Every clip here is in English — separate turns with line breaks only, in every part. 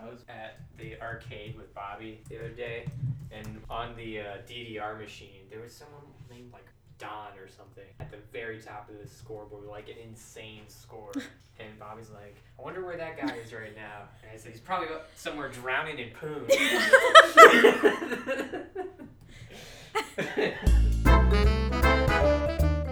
I was at the arcade with Bobby the other day, and on the uh, DDR machine, there was someone named like Don or something at the very top of the scoreboard, like an insane score. and Bobby's like, I wonder where that guy is right now. And I said, he's probably up somewhere drowning in poon.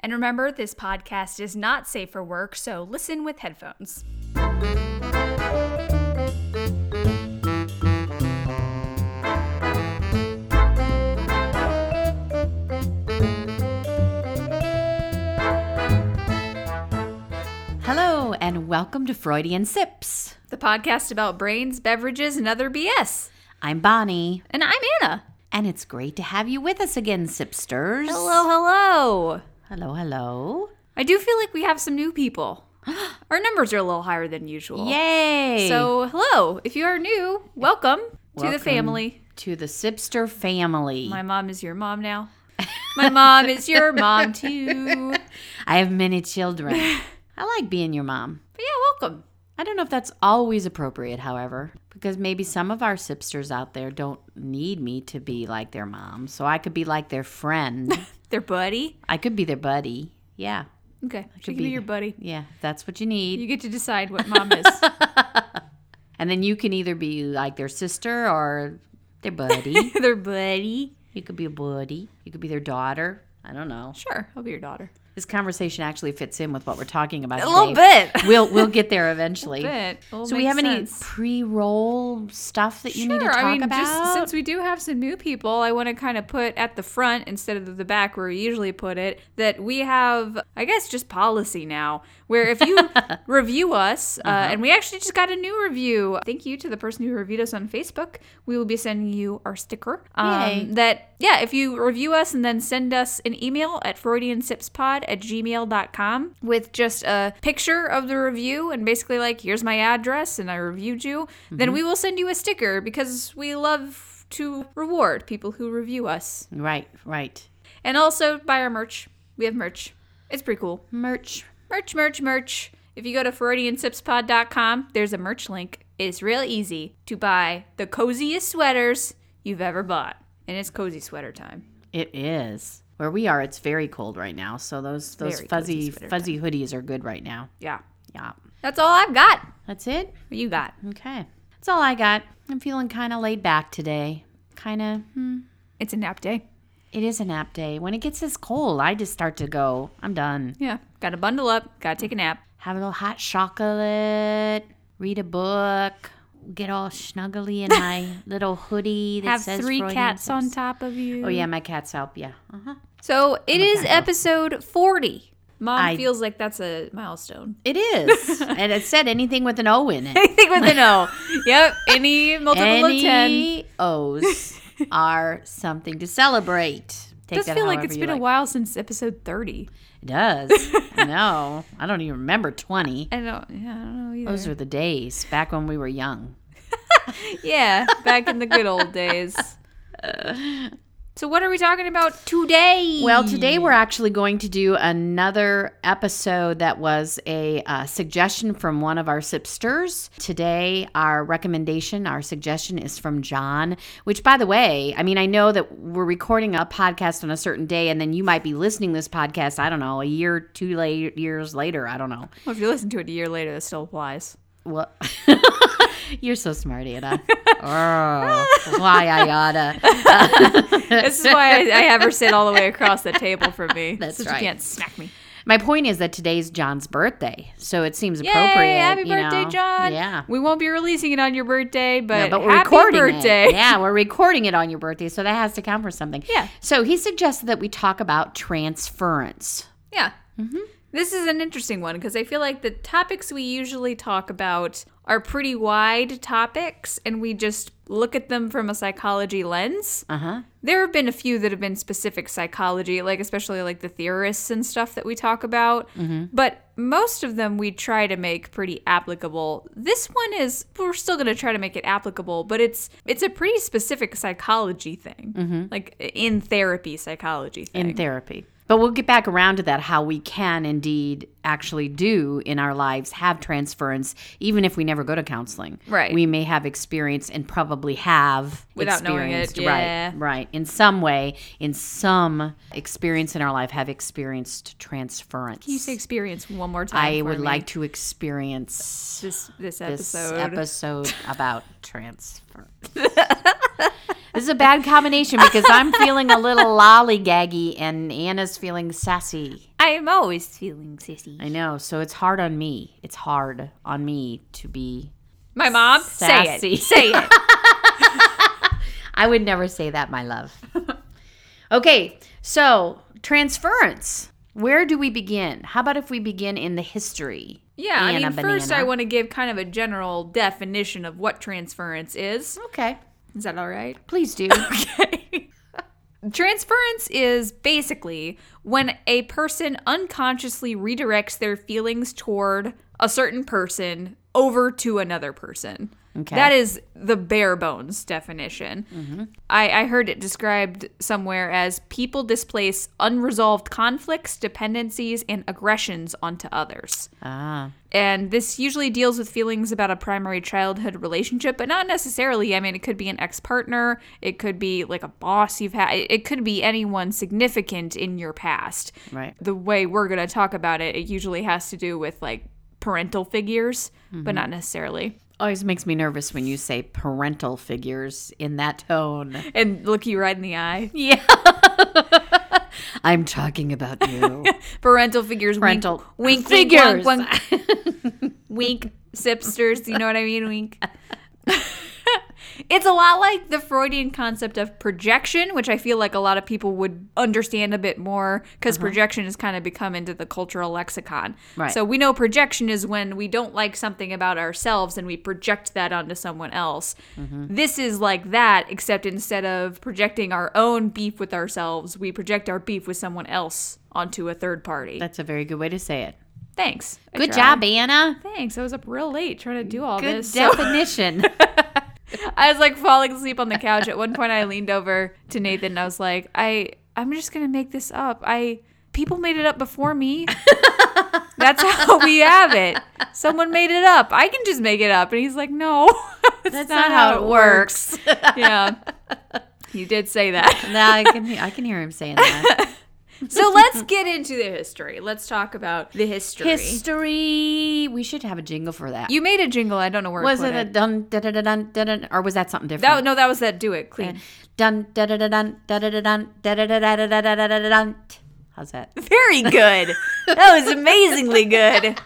And remember, this podcast is not safe for work, so listen with headphones.
Hello, and welcome to Freudian Sips.
The podcast about brains, beverages, and other BS.
I'm Bonnie,
And I'm Anna.
and it's great to have you with us again, Sipsters.
Hello, hello.
Hello, hello.
I do feel like we have some new people. Our numbers are a little higher than usual.
Yay!
Oh. So, hello. If you are new, welcome, to the
Welcome.
family.
to the Sipster family.
My mom is your mom now. My mom is your mom too.
I have many children. I like being your mom.
But yeah, welcome.
I don't know if that's always appropriate, however, because maybe some of our Sipsters out there don't need me to be like their mom. So I could be like their friend,
Their buddy.
I could be their buddy. Yeah.
Okay. She
could
can be
be
your
there.
buddy.
Yeah, if that's what you need.
You get to decide what mom is.
and then you can either be like their sister or their buddy.
Their buddy.
you could be a buddy. You could be their daughter. I don't know.
Sure, I'll be your daughter.
This conversation actually fits in with what we're talking about.
A little
today.
bit.
We'll we'll get there eventually.
bit. It'll
So we
make
have any
sense.
pre-roll stuff that you need to
Sure,
talk
I mean,
about?
just since we do have some new people, I want to kind of put at the front instead of the back where we usually put it that we have, I guess, just policy now where if you review us, uh,
Uh-huh.
and we actually just got a new review. Thank you to the person who reviewed us on Facebook. We will be sending you our sticker.
Yay.
Um, that, yeah, if you review us and then send us an email at freudiansipspod at gmail.com with just a picture of the review and basically like, here's my address and I reviewed you, then we will send you a sticker because we love to reward people who review us.
right, right.
And also buy our merch. We have merch. It's pretty cool.
Merch.
Merch, merch, merch. If you go to FreudianSipsPod.com, there's a merch link. It's real easy to buy the coziest sweaters you've ever bought. And it's cozy sweater time.
It is. Where we are, it's very cold right now. So those those
Very cozy
fuzzy
sweater
fuzzy hoodies are good right now.
Yeah.
Yeah.
That's all I've got.
That's it?
What you got?
Okay. That's all I got. I'm feeling kind of laid back today. Kind of, hmm.
It's a nap day.
It is a nap day. When it gets this cold, I just start to go, I'm done.
Yeah. Got to bundle up. Got to take a nap.
Have a little hot chocolate, read a book, get all snuggly in my little hoodie that
Have
says
three
Freudian
cats on
sips.
top of you.
Oh, yeah, my cat's help. Yeah. Uh-huh.
So it is episode 40. Mom
I-
feels like that's a milestone.
It is. and it said anything with an O in it.
Anything with an O. yep. Any multiple of 10.
Any O's are something to celebrate. Take
does
that
feel like
however
it's
you
been a while since episode 30.
It does. no, I don't even remember 20.
I don't, yeah, I don't know either.
Those were the days back when we were young.
yeah, back in the good old days. So what are we talking about today?
Well, today
Mm.
we're actually going to do another episode that was a uh, suggestion from one of our sipsters. Today, our recommendation, our suggestion is from John, which, by the way, I mean, I know that we're recording a podcast on a certain day, and then you might be listening to this podcast, I don't know, a year, two late, years later. I don't know.
Well, if you listen to it a year later, that still applies.
Well, you're so smart, Anna. oh, why I oughta.
This is why I, I have her sit all the way across the table from me.
That's
so
right.
She can't smack me.
My point is that today's John's birthday, so it seems
Yay!
appropriate.
happy
you
birthday,
know?
John.
Yeah.
We won't be releasing it on your birthday, but,
Yeah, but we're
happy
recording
birthday.
it. Yeah, we're recording it on your birthday, so that has to count for something.
Yeah.
So he suggested that we talk about transference.
Yeah. This is an interesting one because I feel like the topics we usually talk about are pretty wide topics and we just look at them from a psychology lens.
Uh huh.
There have been a few that have been specific psychology, like especially like the theorists and stuff that we talk about. But most of them we try to make pretty applicable. This one is we're still going to try to make it applicable, but it's it's a pretty specific psychology thing, like in therapy psychology thing.
in therapy. But we'll get back around to that how we can indeed actually do in our lives have transference, even if we never go to counseling.
Right.
We may have experience and probably have
Without knowing it,
experienced-
yeah.
Right. Right. In some way, in some experience in our life, have experienced transference.
you say experience one more time.
I
for
would
me?
like to experience
this this
this
episode.
episode about transfer. this is a bad combination because I'm feeling a little lollygaggy and Anna's feeling sassy.
I am always feeling sissy.
I know. So it's hard on me. It's hard on me to be.
My mom, say
Sassy.
it, say it.
I would never say that, my love. okay. So transference. Where do we begin? How about if we begin in the history?
Yeah, I
Anna
mean, first
Banana?
I want to give kind of a general definition of what transference is.
Okay.
Is that all right?
Please do.
Okay. transference is basically when a person unconsciously redirects their feelings toward a certain person over to another person.
Okay.
That is the bare bones definition. I, I heard it described somewhere as people displace unresolved conflicts, dependencies, and aggressions onto others.
ah.
And this usually deals with feelings about a primary childhood relationship, but not necessarily. I mean, it could be an ex partner, it could be like a boss you've had, it it could be anyone significant in your past.
Right.
The way we're going to talk about it, it usually has to do with like parental figures, but not necessarily.
Always makes me nervous when you say parental figures in that tone.
And look you right in the eye.
Yeah. I'm talking about you.
Parental figures,
Parental
wink, wink,
figures.
figures. Wink, wink, wink, sipsters, you know what I mean? Wink. It's a lot like the Freudian concept of projection, which I feel like a lot of people would understand a bit more because projection has kind of become into the cultural lexicon.
Uh-huh. Right.
So we know projection is when we don't like something about ourselves and we project that onto someone else.
Mm-hmm.
This is like that, except instead of projecting our own beef with ourselves, we project our beef with someone else onto a third party.
That's a very good way to say it.
Thanks. I
Good
tried.
job, Anna.
Thanks. I was up real late trying to do all
Good
this. so-
definition.
I was like falling asleep on the couch. At one point, I leaned over to Nathan and I was like, "I, I'm just gonna make this up. I people made it up before me. That's how we have it. Someone made it up. I can just make it up." And he's like, "No, it's
That's not how it works.
yeah, you did say that.
now I can I can hear him saying that.
So let's get into the history. Let's talk about the history.
History. We should have a jingle for that.
you made a jingle. I don't know where
was it
put
a dun da da da dun da dun or was that something
that?
different?
No, that was that. Do it clean.
dun da da da dun da da da dun da da da da da da da da da dun. How's that?
Very good. That was amazingly good.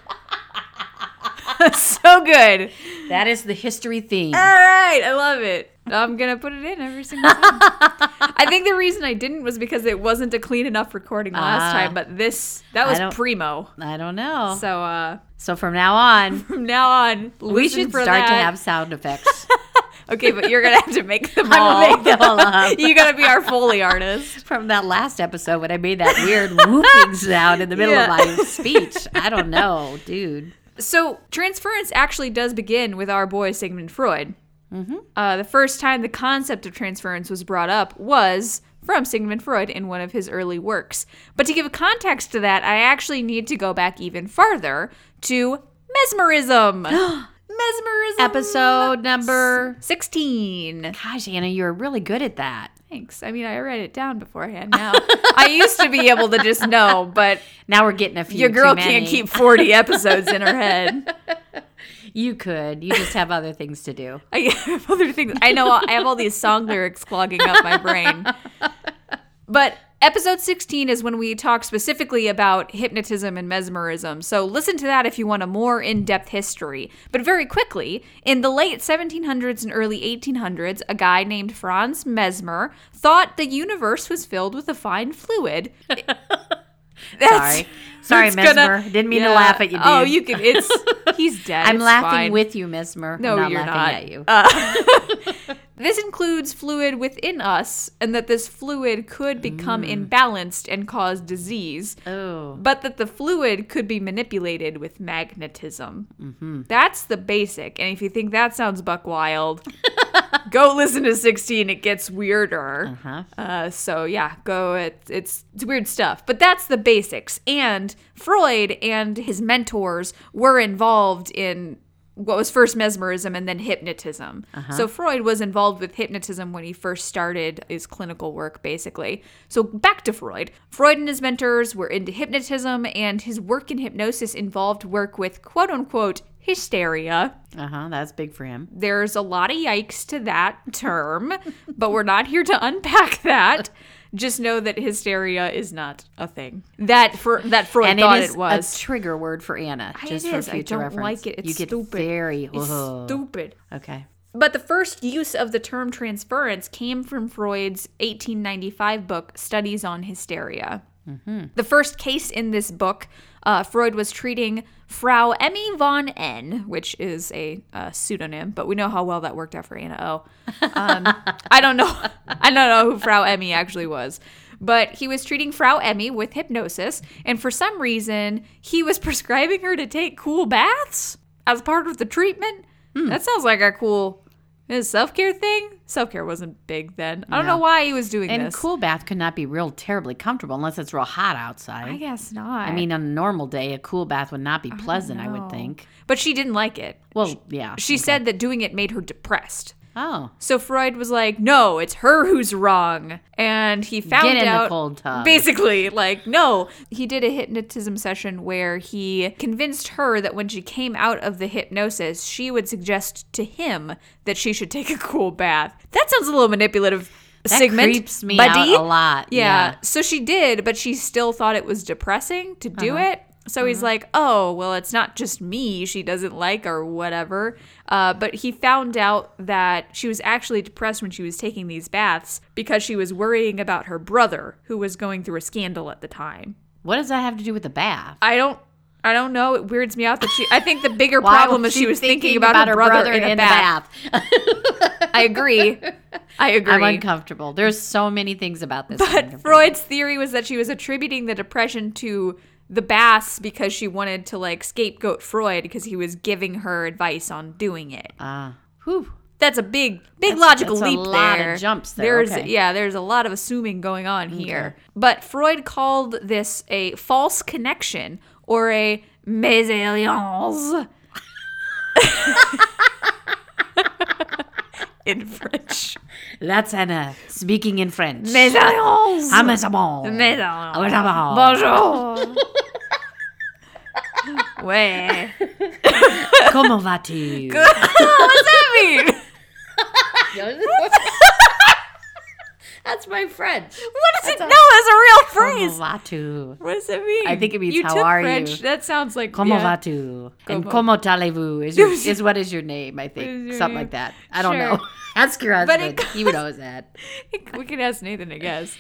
so good.
That is the history theme.
All right, I love it. I'm gonna put it in every single time. I think the reason I didn't was because it wasn't a clean enough recording last
Ah.
time, but this that
I don't-
was primo.
I don't know. So,
So uh
from now on,
from now on,
we
listen
should
for
start to
that.
have sound effects.
Okay, but you're gonna have to make them all.
I'm gonna make them all up.
you gotta be our foley artist.
from that last episode when I made that weird whooping sound in the middle
Yeah.
of my speech. I don't know, dude.
So transference actually does begin with our boy Sigmund Freud.
Mm-hmm.
Uh, the first time the concept of transference was brought up was from Sigmund Freud in one of his early works. But to give context to that, I actually need to go back even farther to mesmerism. mesmerism
Episode number.
16.
Gosh, Anna, you're really good at that.
Thanks. I mean, I read it down beforehand now. I used to be able to just know, but
Now we're getting a few.
your girl
too many.
can't keep 40 episodes in her head.
You could. You just have other things to do.
I have other things. I know I have all these song lyrics clogging up my brain. But episode 16 is when we talk specifically about hypnotism and mesmerism. So listen to that if you want a more in depth history. But very quickly, in the late 1700s and early 1800s, a guy named Franz Mesmer thought the universe was filled with a fine fluid That's-
Sorry. Sorry,
it's gonna-
Mesmer. Didn't mean to
Yeah.
laugh at you, dude.
Oh, you can. It's he's dead.
I'm
It's
laughing
fine.
with you, Mesmer.
No,
I'm not laughing
you're not. Uh, this includes fluid within us, and that this fluid could become imbalanced and cause disease,
at you. Oh.
but that the fluid could be manipulated with magnetism. That's the basic. And if you think that sounds buck wild, go listen to 16. It gets weirder.
Uh-huh.
Uh, so yeah, go. It, it's it's weird stuff, but that's the basics. And Freud and his mentors were involved in what was first mesmerism and then hypnotism. So Freud was involved with hypnotism when he first started his clinical work, basically. So back to Freud. Freud and his mentors were into hypnotism, and his work in hypnosis involved work with quote unquote hysteria
Uh-huh. That's big for him.
there's a lot of yikes to that term, but we're not here to unpack that. Just know that hysteria is not a thing. That for that Freud
and
Oh, thought
it is
it was.
a trigger word for Anna,
It
just for
is. I
future
don't
reference.
like it. It's
you get
stupid.
very
it's
Ugh.
stupid.
Okay.
But the first use of the term transference came from Freud's 1895 book, Studies on Hysteria. The first case in this book, uh, Freud was treating Frau Emmy von N, which is a uh, pseudonym, but we know how well that worked out for Anna O. Um, I don't know. I don't know who Frau Emmy actually was. But he was treating Frau Emmy with hypnosis, and for some reason, he was prescribing her to take cool baths as part of the treatment.
Hmm.
That sounds like a cool self care thing. Self care wasn't big then. I don't know why he was doing
And
this.
cool bath could not be real terribly comfortable unless it's real hot outside.
I guess not.
I mean, on a normal day, a cool bath would not be pleasant, I, would think.
But she didn't like it.
Well, yeah.
She said that doing it made her depressed.
oh,
So Freud was like, "No, it's her who's wrong," and he found
get in
out
the cold tub.
basically like no he did a hypnotism session where he convinced her that when she came out of the hypnosis she would suggest to him that she should take a cool bath that sounds a little manipulative
that
Sigmund,
creeps me
buddy.
out a lot.
Yeah. So she did, but she still thought it was depressing to do it. So he's like, oh, well, it's not just me she doesn't like or whatever. Uh, but he found out that she was actually depressed when she was taking these baths because she was worrying about her brother, who was going through a scandal at the time.
What does that have to do with the bath?
I don't. I don't know. It weirds me out that she. I think the bigger
Why
problem
was
is she was thinking, about, her brother, in, a
the
bath.
bath?
I agree. I agree.
I'm uncomfortable. There's so many things about this. I'm
But
uncomfortable.
Freud's theory was that she was attributing the depression to the bass because she wanted to like scapegoat Freud because he was giving her advice on doing it.
Ah, whew.
That's a big, big
That's-
logical
that's a
leap
lot of
there.
jumps there,
There's
okay.
yeah, there's a lot of assuming going on here. But Freud called this a false connection or a mésalliance. In French,
That's Anna speaking in French. Ah,
mésalliance.
I'm a Saban.
Maison.
I'm a Saban.
Bonjour. Wait.
Comment vas-tu?
What's that mean?
That's my French.
What is it? no, it's a real
Comment
phrase.
vas-tu?
What does it mean?
Oh, I think it means,
you
"How
took
are
French.
you?"
That sounds like
Comment
yeah.
vas-tu? And
Comment.
comment allez-vous? Is, your, is what is your name? I
is
think
your
something
name?
like that. I don't
Sure.
know. Ask your
But
husband.
it
he would know that.
We can ask Nathan, I guess.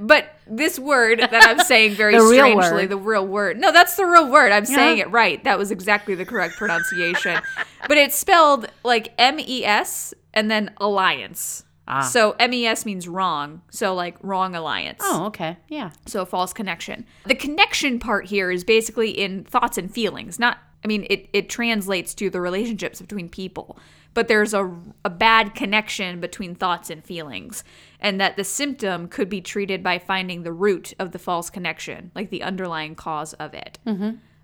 But this word that I'm saying very
The real
strangely,
word.
the real word. No, that's the real word. I'm saying it right. That was exactly the correct pronunciation. but it's spelled like M E S and then alliance.
Ah.
So M E S means wrong. So like wrong alliance.
Oh, okay. Yeah.
So a false connection. The connection part here is basically in thoughts and feelings, not I mean it it translates to the relationships between people, but there's a a bad connection between thoughts and feelings and that the symptom could be treated by finding the root of the false connection, like the underlying cause of it.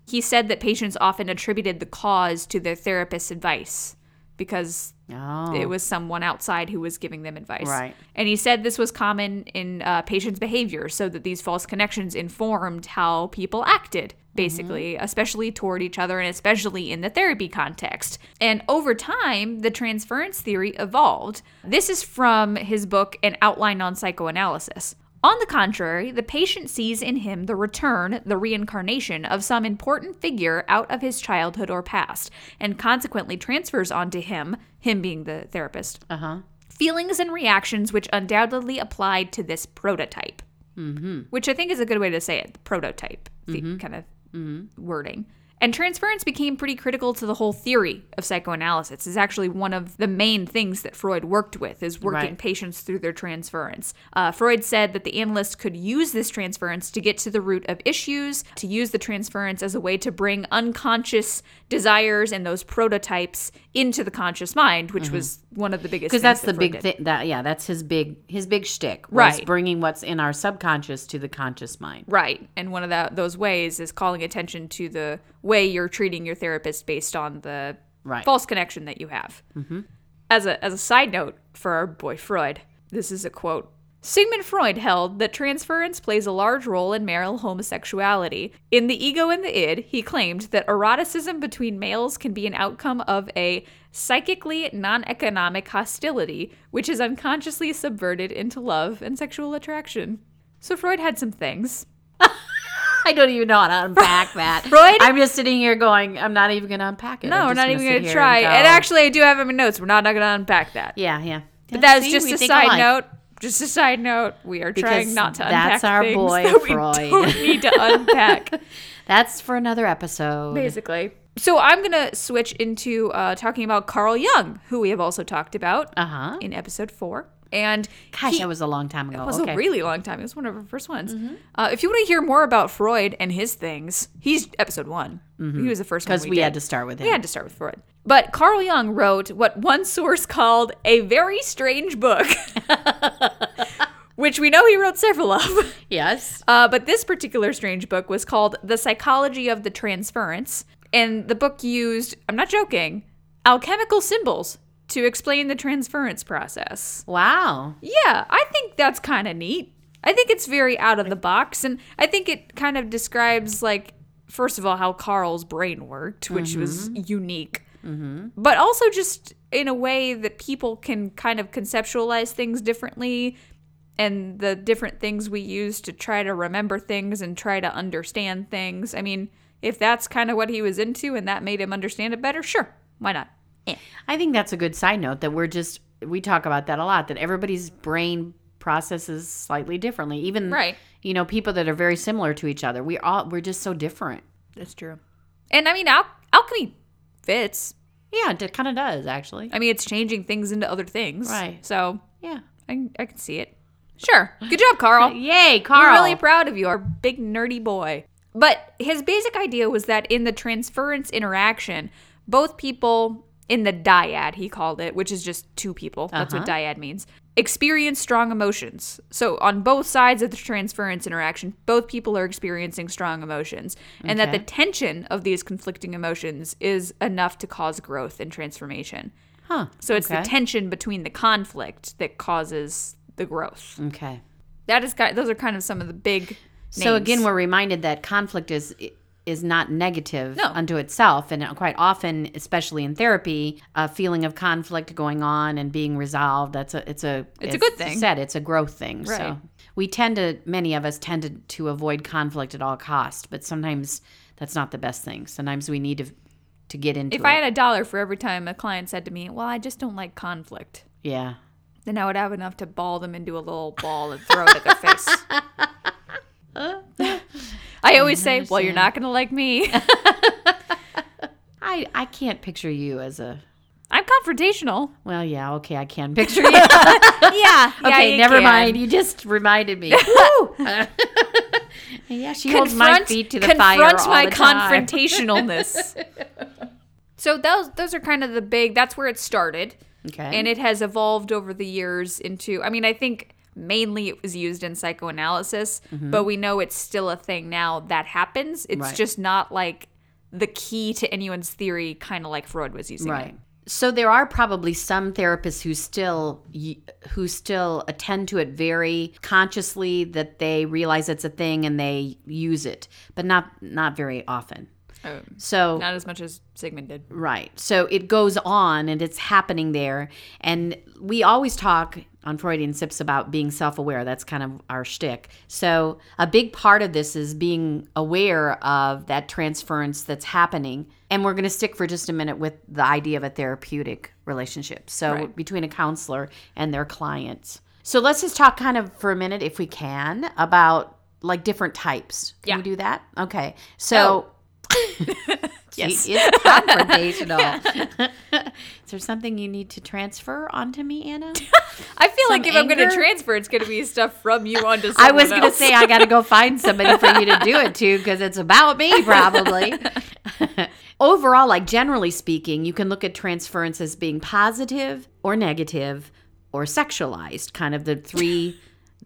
He said that patients often attributed the cause to their therapist's advice because
Oh.
it was someone outside who was giving them advice.
Right.
And he said this was common in uh, patients' behavior, so that these false connections informed how people acted, basically, especially toward each other and especially in the therapy context. And over time, the transference theory evolved. This is from his book, An Outline on Psychoanalysis. On the contrary, the patient sees in him the return, the reincarnation of some important figure out of his childhood or past, and consequently transfers onto him, him being the therapist,
Uh huh.
feelings and reactions which undoubtedly applied to this prototype.
Mm-hmm.
which I think is a good way to say it, the prototype the kind of
Mm-hmm.
wording. And transference became pretty critical to the whole theory of psychoanalysis. It's actually one of the main things that Freud worked with is working
Right.
patients through their transference. Uh, Freud said that the analyst could use this transference to get to the root of issues, to use the transference as a way to bring unconscious desires and those prototypes into the conscious mind,
Mm-hmm.
which was one of the biggest.
Because
things
that's
that
the
Freud
big
did.
thing. That yeah, that's his big his big shtick. was
Right.
bringing what's in our subconscious to the conscious mind.
Right. And one of the, those ways is calling attention to the way you're treating your therapist based on the
Right.
false connection that you have. Mm-hmm. As, a, as a side note for our boy Freud, this is a quote. Sigmund Freud held that transference plays a large role in male homosexuality. In The Ego and the Id, he claimed that eroticism between males can be an outcome of a psychically non economic hostility, which is unconsciously subverted into love and sexual attraction. So Freud had some things.
I don't even know how to unpack that.
Freud-
I'm just sitting here going, I'm not even going to unpack it.
No,
I'm
we're
just
not even
sit
going
here
to try.
go-
And, actually, I do have them in notes. We're not, not going to unpack that.
yeah, yeah.
But that is just a side note. Just a side note. We are
Because
trying not to unpack
that's our
things
boy,
that we
Freud.
don't need to unpack,
That's for another episode.
basically. So I'm going to switch into uh, talking about Carl Jung, who we have also talked about
Uh huh.
in episode four. And
Gosh,
he-
that was a long time ago.
It was
okay. Mm-hmm.
a really long time. It was one of our first ones. Uh, if you want to hear more about Freud and his things, he's episode one. He was the first one
Mm-hmm. because we,
did.
had to start with him.
We had to start with Freud. But Carl Jung wrote what one source called a very strange book, which we know he wrote several of.
yes.
Uh, but this particular strange book was called The Psychology of the Transference. And the book used, I'm not joking, alchemical symbols to explain the transference process.
Wow.
Yeah, I think that's kind of neat. I think it's very out of the box, and I think it kind of describes like first of all how Carl's brain worked, which was unique, but also just in a way that people can kind of conceptualize things differently, and the different things we use to try to remember things and try to understand things. I mean, if that's kind of what he was into and that made him understand it better, sure, why not?
I think that's a good side note that we're just we talk about that a lot that everybody's brain processes slightly differently. Even
Right.
you know, people that are very similar to each other. We all we're just so different.
That's true. And I mean, al- alchemy fits.
Yeah, it kind of does actually.
I mean, it's changing things into other things.
Right.
So
Yeah.
I, I can see it. Sure. Good job, Carl.
Yay, Carl.
Oh. We're really proud of you, our big nerdy boy. But his basic idea was that in the transference interaction, both people in the dyad, he called it, which is just two people. That's what
Uh-huh.
dyad means. Experience strong emotions. So on both sides of the transference interaction, both people are experiencing strong emotions, and that
Okay.
the tension of these conflicting emotions is enough to cause growth and transformation.
huh.
So it's the
Okay.
tension between the conflict that causes the growth.
Okay.
That is ki- those are kind of some of the big.
So
names.
again, we're reminded that conflict is is not negative
No.
unto itself, and quite often, especially in therapy, a feeling of conflict going on and being resolved. That's a it's a
It's a good thing.
Said it's a growth thing.
Right.
So we tend to many of us tend to, to avoid conflict at all cost, but sometimes that's not the best thing. Sometimes we need to to get into
if
it.
I had a dollar for every time a client said to me, "Well, I just don't like conflict,"
yeah.
then I would have enough to ball them into a little ball and throw it at their face. I always say, "Well, you're not going to like me."
I, I can't picture you as a
I'm confrontational.
well yeah okay I can picture you
Yeah.
Okay,
you
never
can.
mind. You just reminded me. Woo! yeah, she holds my feet to the fire
confront
all
my
the time.
confrontationalness. so those those are kind of the big. That's where it started,
Okay.
and it has evolved over the years into. I mean, I think mainly it was used in psychoanalysis, but we know it's still a thing now that happens. It's
Mm-hmm. Right.
just not like the key to anyone's theory, kind of like Freud was using. it.
right. So there are probably some therapists who still y- who still attend to it very consciously that they realize it's a thing and they use it, but not not very often.
Um,
So
not as much as Sigmund did.
Right. So it goes on and it's happening there. And we always talk on Freudian Sips about being self aware. That's kind of our shtick. So a big part of this is being aware of that transference that's happening. And we're going to stick for just a minute with the idea of a therapeutic relationship. So
Right.
between a counselor and their clients. So let's just talk kind of for a minute, if we can, about like different types. Can
Yeah.
we do that? Okay. So
Yes.
she is confrontational. is there something you need to transfer onto me, Anna?
I feel like if I'm going to
anger?
transfer, it's going to be stuff from you onto someone
I was going to
else.
say I got to go find somebody for you to do it to because it's about me probably. Overall, like generally speaking, you can look at transference as being positive or negative or sexualized, kind of the three.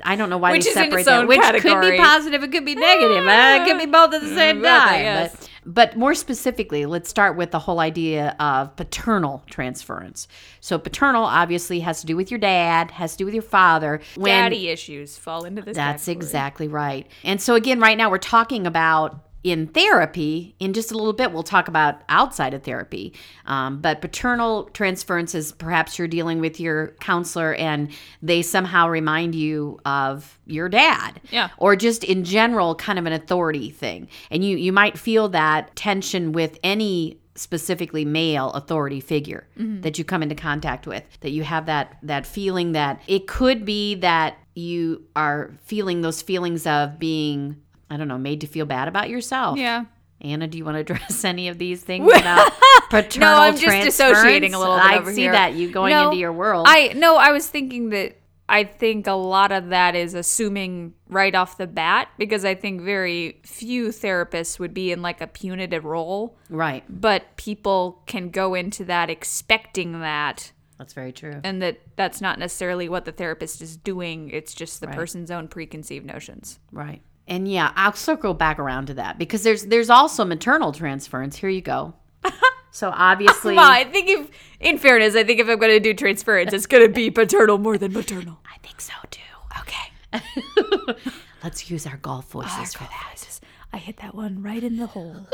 I don't know why
Which
they
is in
separate
its
that.
own
Which could
category.
be positive, it could be negative, uh, it could be both at the same
Both, I
time.
guess.
But, but more specifically, let's start with the whole idea of paternal transference. So paternal obviously has to do with your dad, has to do with your father. When
daddy issues fall into this.
that's
category.
exactly right. And so, again, right now we're talking about in therapy. In just a little bit, we'll talk about outside of therapy. Um, but paternal transference is perhaps you're dealing with your counselor and they somehow remind you of your dad.
Yeah.
Or just in general, kind of an authority thing. And you, you might feel that tension with any specifically male authority figure
Mm-hmm.
that you come into contact with that you have that that feeling that it could be that you are feeling those feelings of being i don't know made to feel bad about yourself
Yeah.
anna do you want to address any of these things about paternal
I'm just dissociating
transference?
a little bit
i
over
see
here.
that you going
No,
into your world
I no, I was thinking that I think a lot of that is assuming right off the bat because I think very few therapists would be in like a punitive role,
right
but people can go into that expecting that
that's very true
and that that's not necessarily what the therapist is doing, it's just the person's own preconceived notions.
Right. And yeah, I'll circle back around to that because there's there's also maternal transference. Here you go. So obviously,
Come on, I think if in fairness, I think if I'm going to do transference, it's going to be paternal more than maternal.
I think so too.
Okay.
Let's use our golf voices for that.
I hit that one right in the hole.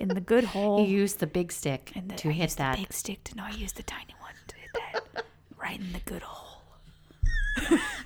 In the good hole.
Use the big stick
the-
to
I
hit that.
big stick to know I used the tiny one to hit that right in the good hole.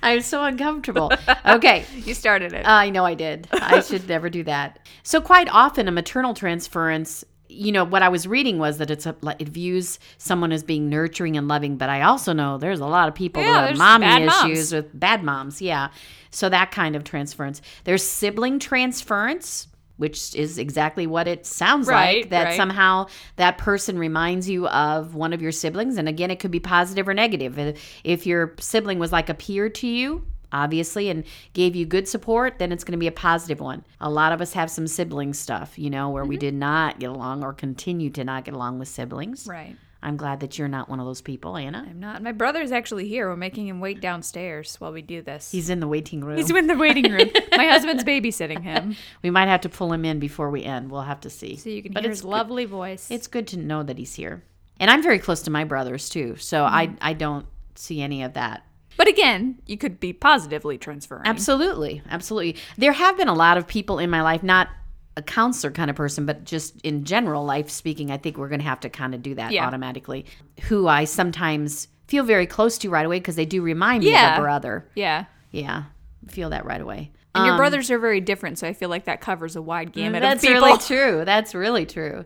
I'm so uncomfortable. Okay.
You started it.
Uh, I know I did. I should never do that. So quite often a maternal transference, you know, what I was reading was that it's a, like, it views someone as being nurturing and loving, but I also know there's a lot of people
Yeah,
that have
there's
mommy
bad moms.
issues with bad moms. Yeah. So that kind of transference. There's sibling transference. Which is exactly what it sounds like.
Right,
That
right.
somehow that person reminds you of one of your siblings. And again, it could be positive or negative. If- If your sibling was like a peer to you, obviously and gave you good support then it's going to be a positive one a lot of us have some sibling stuff you know where we
Mm-hmm.
did not get along or continue to not get along with siblings
right.
i'm glad that you're not one of those people anna
I'm not. My brother's actually here. We're making him wait downstairs while we do this.
he's in the waiting room
in the waiting room. My husband's babysitting him.
we might have to pull him in before we end we'll have to see
So you can
But
hear
it's
his
good-
lovely voice.
it's good to know that he's here and i'm very close to my brothers too so
Mm-hmm.
i i don't see any of that
but again, you could be positively transferring.
Absolutely. Absolutely. There have been a lot of people in my life, not a counselor kind of person, but just in general life speaking, I think we're going to have to kind of do that
Yeah.
automatically, who I sometimes feel very close to right away because they do remind me of
Yeah.
a brother.
Yeah.
Yeah. Feel that right away. Um, mm,
And your brothers are very different, so I feel like that covers a wide gamut
That's
of people.
really true. That's really true.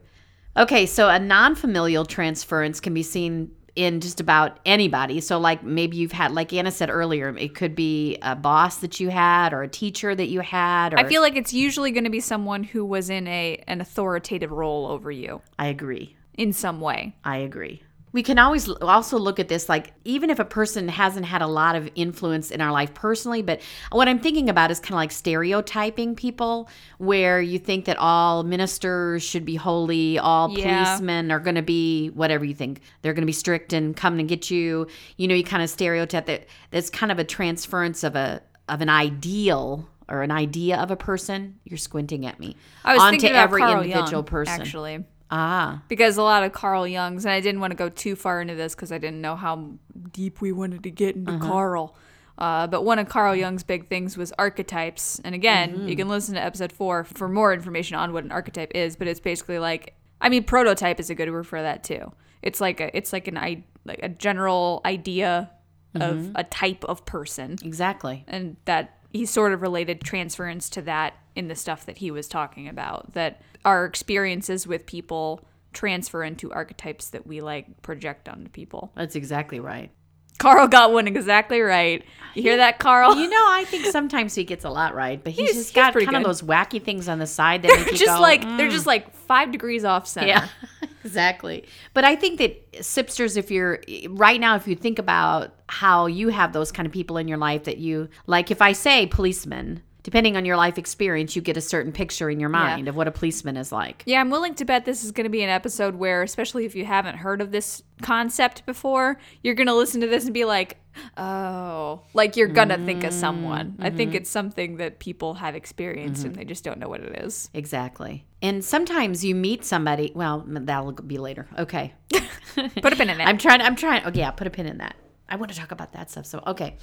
Okay, so a non familial transference can be seen in just about anybody. So, like maybe you've had, like Anna said earlier, it could be a boss that you had or a teacher that you had. Or
I feel like it's usually going to be someone who was in a an authoritative role over you
I agree.
in some way.
I agree. We can always l- also look at this like even if a person hasn't had a lot of influence in our life personally, but what I'm thinking about is kind of like stereotyping people where you think that all ministers should be holy, all
Yeah.
policemen are going to be whatever you think. They're going to be strict and come and get you. You know, you kind of stereotype that that's kind of a transference of a of an ideal or an idea of a person. You're squinting at me.
I was
onto
thinking about
every
Carl
individual
Jung,
person.
actually,
Ah.
because a lot of Carl Jung's, and I didn't want to go too far into this because I didn't know how deep we wanted to get into
Uh-huh.
Carl. Uh, but one of Carl Jung's big things was archetypes, and again,
Mm-hmm.
you can listen to episode four for more information on what an archetype is. But it's basically like, I mean, prototype is a good word for that too. It's like a, it's like an i like a general idea of
Mm-hmm.
a type of person.
Exactly.
and that he sort of related transference to that in the stuff that he was talking about that our experiences with people transfer into archetypes that we like project onto people
That's exactly right.
carl got one exactly right You hear that, Carl?
You know, I think sometimes he gets a lot right, but he's,
He's-
just
he's
got
pretty
kind of
good.
those wacky things on the side that
they're
make you
just
go,
like they're
"Mm."
just like five degrees off center.
Yeah, exactly. But I think that sipsters, if you're right now, if you think about how you have those kind of people in your life that you like, if I say policeman, depending on your life experience, you get a certain picture in your mind of what a policeman is like.
Yeah, I'm willing to bet this is going to be an episode where, especially if you haven't heard of this concept before, you're going to listen to this and be like, oh, like you're going to think of someone. I
Mm-hmm.
think it's something that people have experienced and they just don't know what it is.
Exactly. And sometimes you meet somebody. Well, that'll be later. Okay.
Put a pin in it.
I'm trying. I'm trying. Oh yeah, put a pin in that. I want to talk about that stuff. So okay,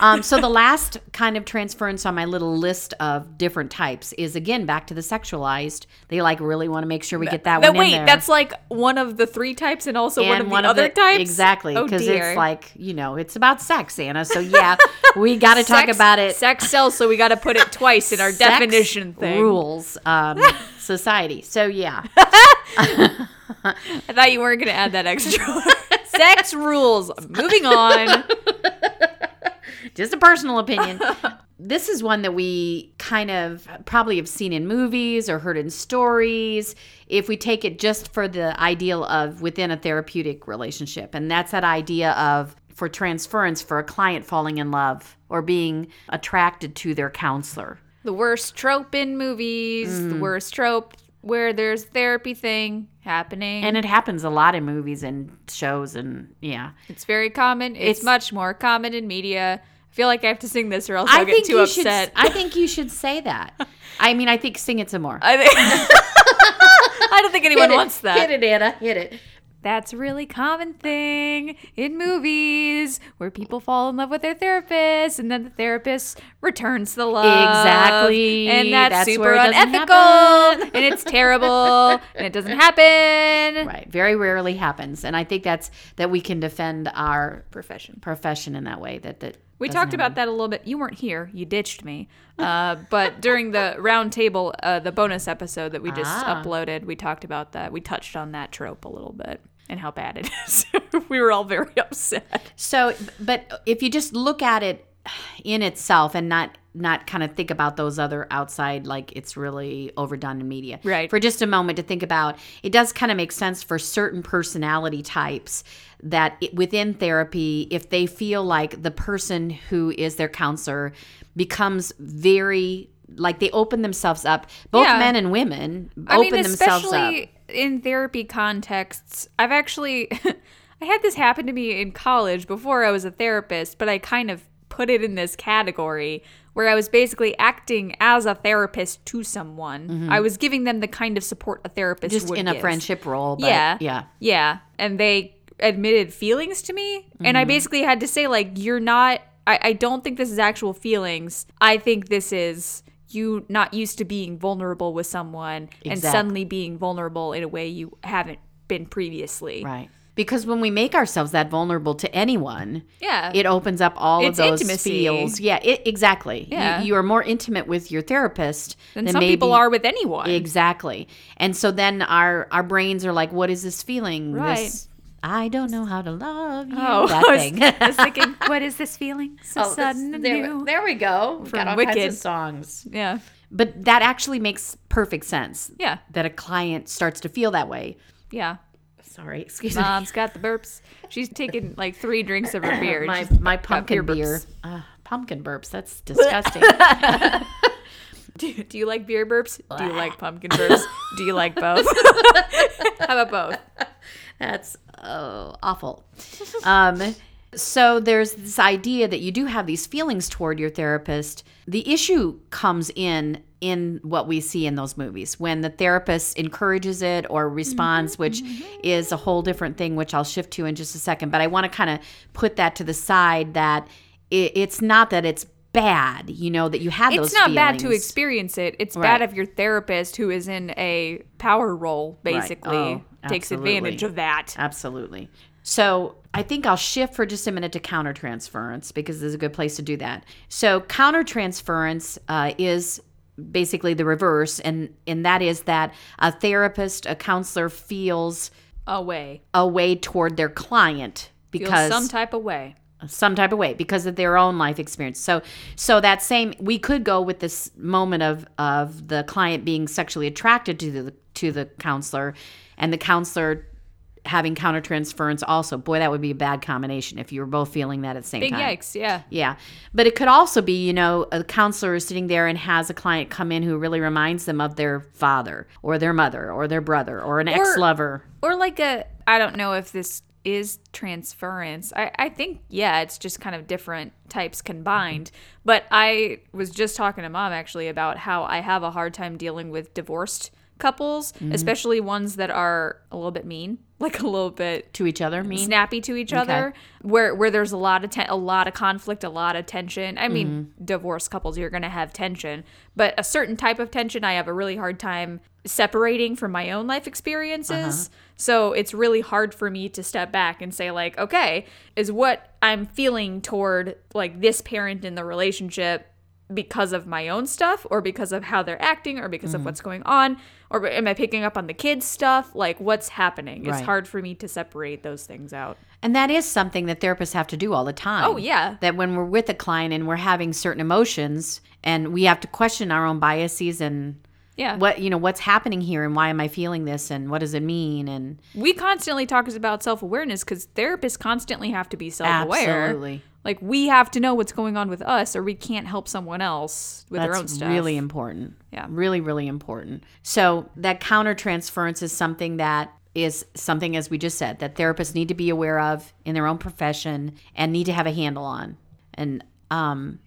um, so the last kind of transference on my little list of different types is again back to the sexualized. They like really want to make sure we get that
but
one in
wait,
there.
that's like one of the three types and also one of the other types?
exactly
Oh,
because
dear.
it's like you know it's about sex, Anna. So yeah, we got to talk
Sex-
about it.
Sex sells, so we got to put it twice in our
Sex
definition thing.
rules um, society. So yeah,
I thought you weren't going to add that extra. Sex rules. Moving on.
just a personal opinion. this is one that we kind of probably have seen in movies or heard in stories if we take it just for the ideal of within a therapeutic relationship. And that's that idea of for transference for a client falling in love or being attracted to their counselor.
the worst trope in movies,
Mm.
the worst trope where there's therapy thing happening.
And it happens a lot in movies and shows and yeah.
it's very common. It's, much more common in media. I feel like I have to sing this or else I'll
I
get
think
too
you
upset.
should I think you should say that. I mean, I think sing it some more.
I, think- I don't think anyone
Hit it.
wants that.
Hit it, Anna. Hit it.
That's a really common thing in movies where people fall in love with their therapist and then the therapist returns the love.
Exactly.
And that's,
That's
super
where it doesn't
unethical and it's terrible and it doesn't happen.
Right. Very rarely happens. And I think that's that we can defend our
Profession.
profession in that way that that
We talked about that a little bit. You weren't here. You ditched me. Uh, but during the round table, uh, the bonus episode that we just
Ah.
uploaded, we talked about that. We touched on that trope a little bit and how bad it is. we were all very upset.
So, but if you just look at it in itself and not not kind of think about those other outside like it's really overdone in media.
Right.
For just a moment to think about, it does kind of make sense for certain personality types that it, within therapy if they feel like the person who is their counselor becomes very like they open themselves up both
Yeah.
men and women
I
open
mean,
themselves up
especially in therapy contexts. I've actually, I had this happen to me in college before I was a therapist, but I kind of put it in this category where I was basically acting as a therapist to someone. I was giving them the kind of support a therapist
Mm-hmm. just
would
in a
give.
friendship role but
Yeah.
yeah
Yeah. And they admitted feelings to me.
Mm-hmm.
And I basically had to say, like, you're not, I, I don't think this is actual feelings. I think this is you not used to being vulnerable with someone and
Exact-
suddenly being vulnerable in a way you haven't been previously.
Right. Because when we make ourselves that vulnerable to anyone,
Yeah.
it opens up all
It's
of those
intimacy.
feels. Yeah, it, exactly. You-
Yeah.
You, are more intimate with your therapist
and
than
some people
maybe-
are with anyone.
Exactly. And so then our our brains are like, what is this feeling?
Right.
This, I don't know how to love you.
Oh,
that
I was-
thing. Oh,
I was thinking, what is this feeling? So sudden and
there,
new.
there we go. We've
From
got all kinds
Wicked.
of songs.
Yeah.
But that actually makes perfect sense
Yeah.
that a client starts to feel that way.
Yeah.
Sorry, excuse me.
Mom's got the burps. She's taken like three drinks of her beer.
my
She's
my
got
pumpkin
burps. Ah,
beer. Uh, pumpkin burps. That's disgusting.
Do, do you like beer burps? Do you like pumpkin burps? Do you like both? How about both?
That's oh, awful. Um, so there's this idea that you do have these feelings toward your therapist. The issue comes in in what we see in those movies when the therapist encourages it or responds,
Mm-hmm,
which is a whole different thing, which I'll shift to in just a second. But I want to kind of put that to the side that it, it's not that it's bad, you know, that you had those.
It's not bad to
feelings.
experience it. It's
Right.
bad if your therapist, who is in a power role, basically
Oh,
takes
absolutely.
advantage of that.
Absolutely. So I think I'll shift for just a minute to countertransference because this is a good place to do that. So countertransference uh, is basically the reverse, and and that is that a therapist, a counselor feels
Away.
Uh, a way toward their client
Feels
because
some type of way.
some type of way because of their own life experience. So so that same we could go with this moment of of the client being sexually attracted to the to the counselor and the counselor having countertransference also. Boy, that would be a bad combination if you were both feeling that at the same
Big
time.
yikes, yeah.
Yeah. But it could also be, you know, a counselor is sitting there and has a client come in who really reminds them of their father or their mother or their brother or an ex lover.
Or like a I don't know if this is transference. I, I think yeah, it's just kind of different types combined. But I was just talking to mom actually about how I have a hard time dealing with divorced couples, especially ones that are a little bit mean, like a little bit
To each other, mean?
snappy to each other where where there's a lot of te- a lot of conflict a lot of tension i mean divorced couples you're going to have tension but a certain type of tension i have a really hard time separating from my own life experiences so it's really hard for me to step back and say like okay is what i'm feeling toward like this parent in the relationship because of my own stuff or because of how they're acting or because of what's going on or am i picking up on the kids stuff like what's happening it's
Right.
hard for me to separate those things out
And that is something that therapists have to do all the time.
Oh, yeah.
That when we're with a client and we're having certain emotions and we have to question our own biases and
yeah
what, you know, what's happening here and why am I feeling this and what does it mean? And
we constantly talk about self-awareness because therapists constantly have to be self-aware
Absolutely.
like we have to know what's going on with us or we can't help someone else with their own
That's
stuff
really important.
Yeah.
Really, really important. So that countertransference is something that is something, as we just said, that therapists need to be aware of in their own profession and need to have a handle on. And um,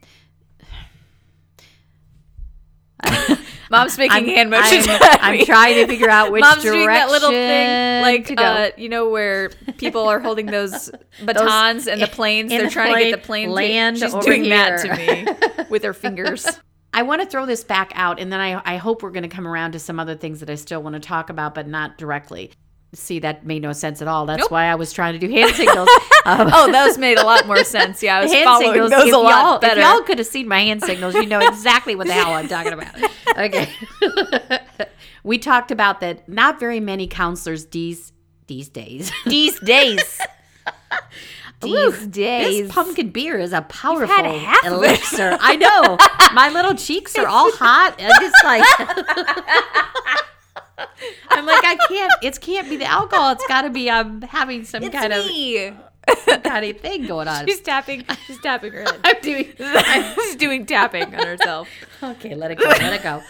mom's making hand motions
I'm,
at
I'm
me.
trying to figure out which
Mom's
direction
doing that little
to
thing, like
go.
uh, you know, where people are holding those batons and the planes.
in
They're
the
trying to get
plane,
the plane. to-
land
She's
over
doing that to
here.
me with her fingers.
I want to throw this back out, and then I, I hope we're going to come around to some other things that I still want to talk about, but not directly. See, that made no sense at all. That's
Nope.
why I was trying to do hand signals. Um,
Oh, those made a lot more sense. Yeah, I was
hand
following
signals.
those
if
a lot
y'all,
better.
If y'all could have seen my hand signals, you know exactly what the hell I'm talking about. Okay. we talked about that not very many counselors these these days.
These days,
Woo.
these days,
This pumpkin beer is a powerful
half of it.
elixir. I know. My little cheeks are all hot. and just like I'm like, I can't it can't be the alcohol. It's gotta be I'm having some kind
me.
of kind of thing going on.
She's tapping. She's tapping her head.
I'm doing
she's doing tapping on herself.
Okay, let it go. Let it go.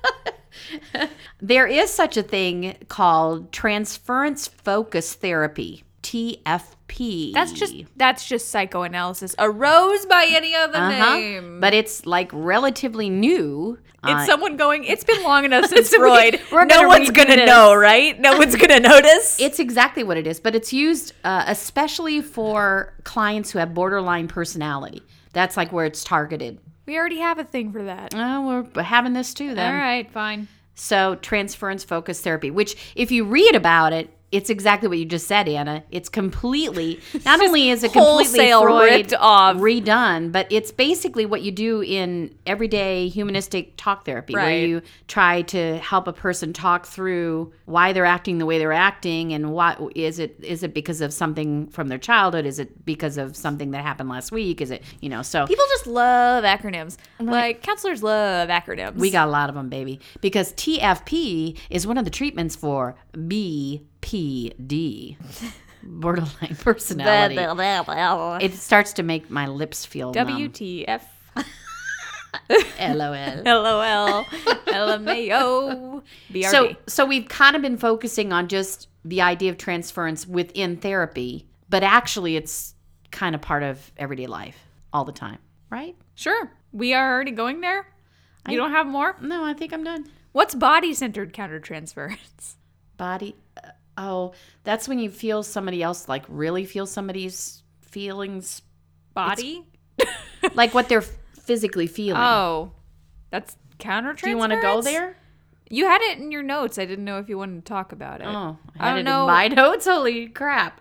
there is such a thing called transference focus therapy, TFP.
That's just that's just psychoanalysis. A rose by any other
uh-huh.
name.
but it's like relatively new.
It's
Uh,
someone going, it's been long enough since Freud.
we're
no
gonna
one's
redo
going to
this."
know, right? No one's going to notice.
it's exactly what it is, but it's used uh, especially for clients who have borderline personality. That's like where it's targeted.
we already have a thing for that.
Oh, we're having this too then.
All right, fine.
So, transference focused therapy, which if you read about it, it's exactly what you just said, Anna. It's completely not only is it completely
wholesale
Freud
ripped off.
redone, but it's basically what you do in everyday humanistic talk therapy, where
Right.
you try to help a person talk through why they're acting the way they're acting, and what is it? Is it because of something from their childhood? Is it because of something that happened last week? Is it you know? So
People just love acronyms. Like, counselors love acronyms.
We got a lot of them, baby, because TFP is one of the treatments for BPD, borderline personality.
WTF.
it starts to make my lips feel numb. LOL.
LOL. LMAO. BRB.
So, so we've kind of been focusing on just the idea of transference within therapy, but actually, it's kind of part of everyday life all the time, right?
sure. We are already going there. You don't have more?
No, I think I'm done.
What's body centered countertransference?
body uh, oh that's when you feel somebody else like really feel somebody's feelings
Body?
like what they're physically feeling
Oh, that's countertransference.
do you want to go there
You had it in your notes. I didn't know if you wanted to talk about it.
oh i,
I
had
don't
it
know.
in my notes holy crap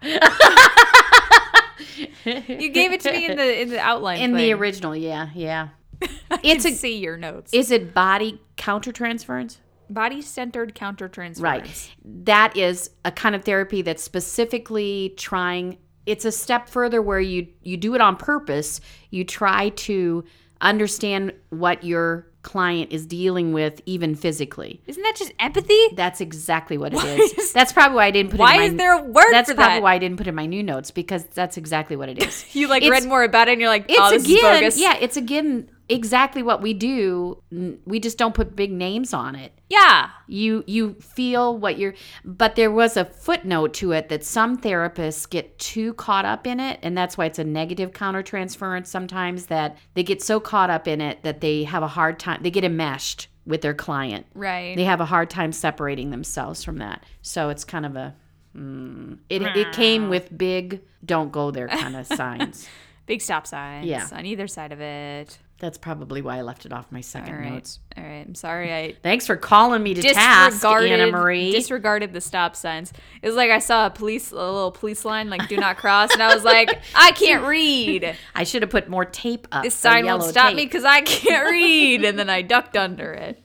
You gave it to me in the in the outline.
in the
thing.
original yeah yeah
It's
it's
can
a
see your notes.
is it body countertransference
Body centered countertransference.
Right. That is a kind of therapy that's specifically trying it's a step further where you you do it on purpose. You try to understand what your client is dealing with, even physically.
Isn't that just empathy?
That's exactly what it
Why
is.
is-
That's probably why I didn't put. it
Why
in my,
is there a word
That's
for
probably
that?
why I didn't put in my new notes because that's exactly what it is.
You like
It's-
read more about it and you're like,
It's
oh, this is
again,
bogus.
yeah, it's again exactly what we do. N- We just don't put big names on it.
Yeah.
You you feel what you're but there was a footnote to it that some therapists get too caught up in it and that's why it's a negative countertransference sometimes that they get so caught up in it that they have a hard time they get enmeshed with their client.
Right.
They have a hard time separating themselves from that. So it's kind of a mm, it it came with big don't go there kind of signs.
Big stop signs
Yeah.
on either side of it.
That's probably why I left it off my second
All right.
notes.
All right. I'm sorry I
Thanks for calling me to task, Anna
disregarded
Marie.
disregarded the stop signs. It was like I saw a police a little police line like do not cross and I was like, I can't read.
I should have put more tape up.
This
or
sign won't
yellow
stop
tape.
me because I can't read and then I ducked under it.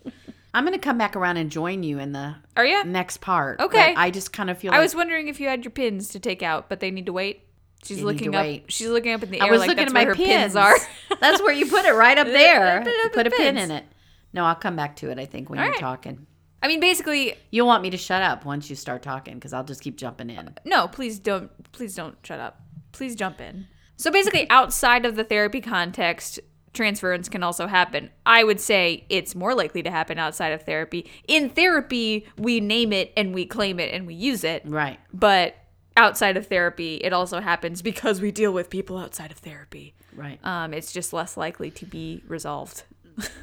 I'm going to come back around and join you in the
Are you?
next part. but
Okay.
I just kind of feel
I
like
was wondering if you had your pins to take out, but they need to wait. She's
They need
looking
to
up.
wait.
She's looking up in the air.
I was
like,
looking
that's
at
where
my
her
pins.
pins are.
That's where you put it right up there.
Put it
You
up
put a
the
pin
pins.
in it. No, I'll come back to it. I think when
All
you're
right.
talking,
I mean, basically,
you'll want me to shut up once you start talking because I'll just keep jumping in.
no. Please don't. Please don't shut up. Please jump in. So basically, outside of the therapy context, transference can also happen. I would say it's more likely to happen outside of therapy. In therapy, we name it and we claim it and we use it.
Right.
But outside of therapy, it also happens because we deal with people outside of therapy.
Right.
Um, it's just less likely to be resolved.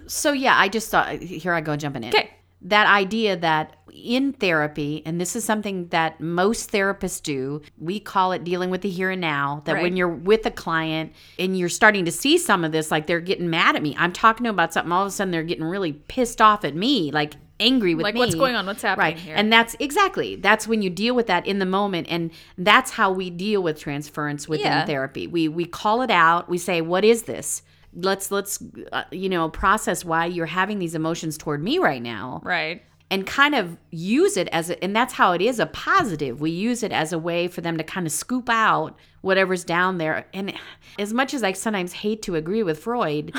So yeah, I just thought here I go jumping in.
Okay.
That idea that in therapy, and this is something that most therapists do, we call it dealing with the here and now. That
Right.
when you're with a client and you're starting to see some of this, like they're getting mad at me. I'm talking to them about something, all of a sudden they're getting really pissed off at me, like angry with
Like,
me.
what's going on? What's happening
right.
here?
And that's exactly that's when you deal with that in the moment, and that's how we deal with transference within
Yeah.
therapy. We we call it out. We say, "What is this?" Let's let's uh, you know process why you're having these emotions toward me right now,
Right.
and kind of use it as a, and that's how it is a positive. We use it as a way for them to kind of scoop out whatever's down there. And as much as I sometimes hate to agree with Freud,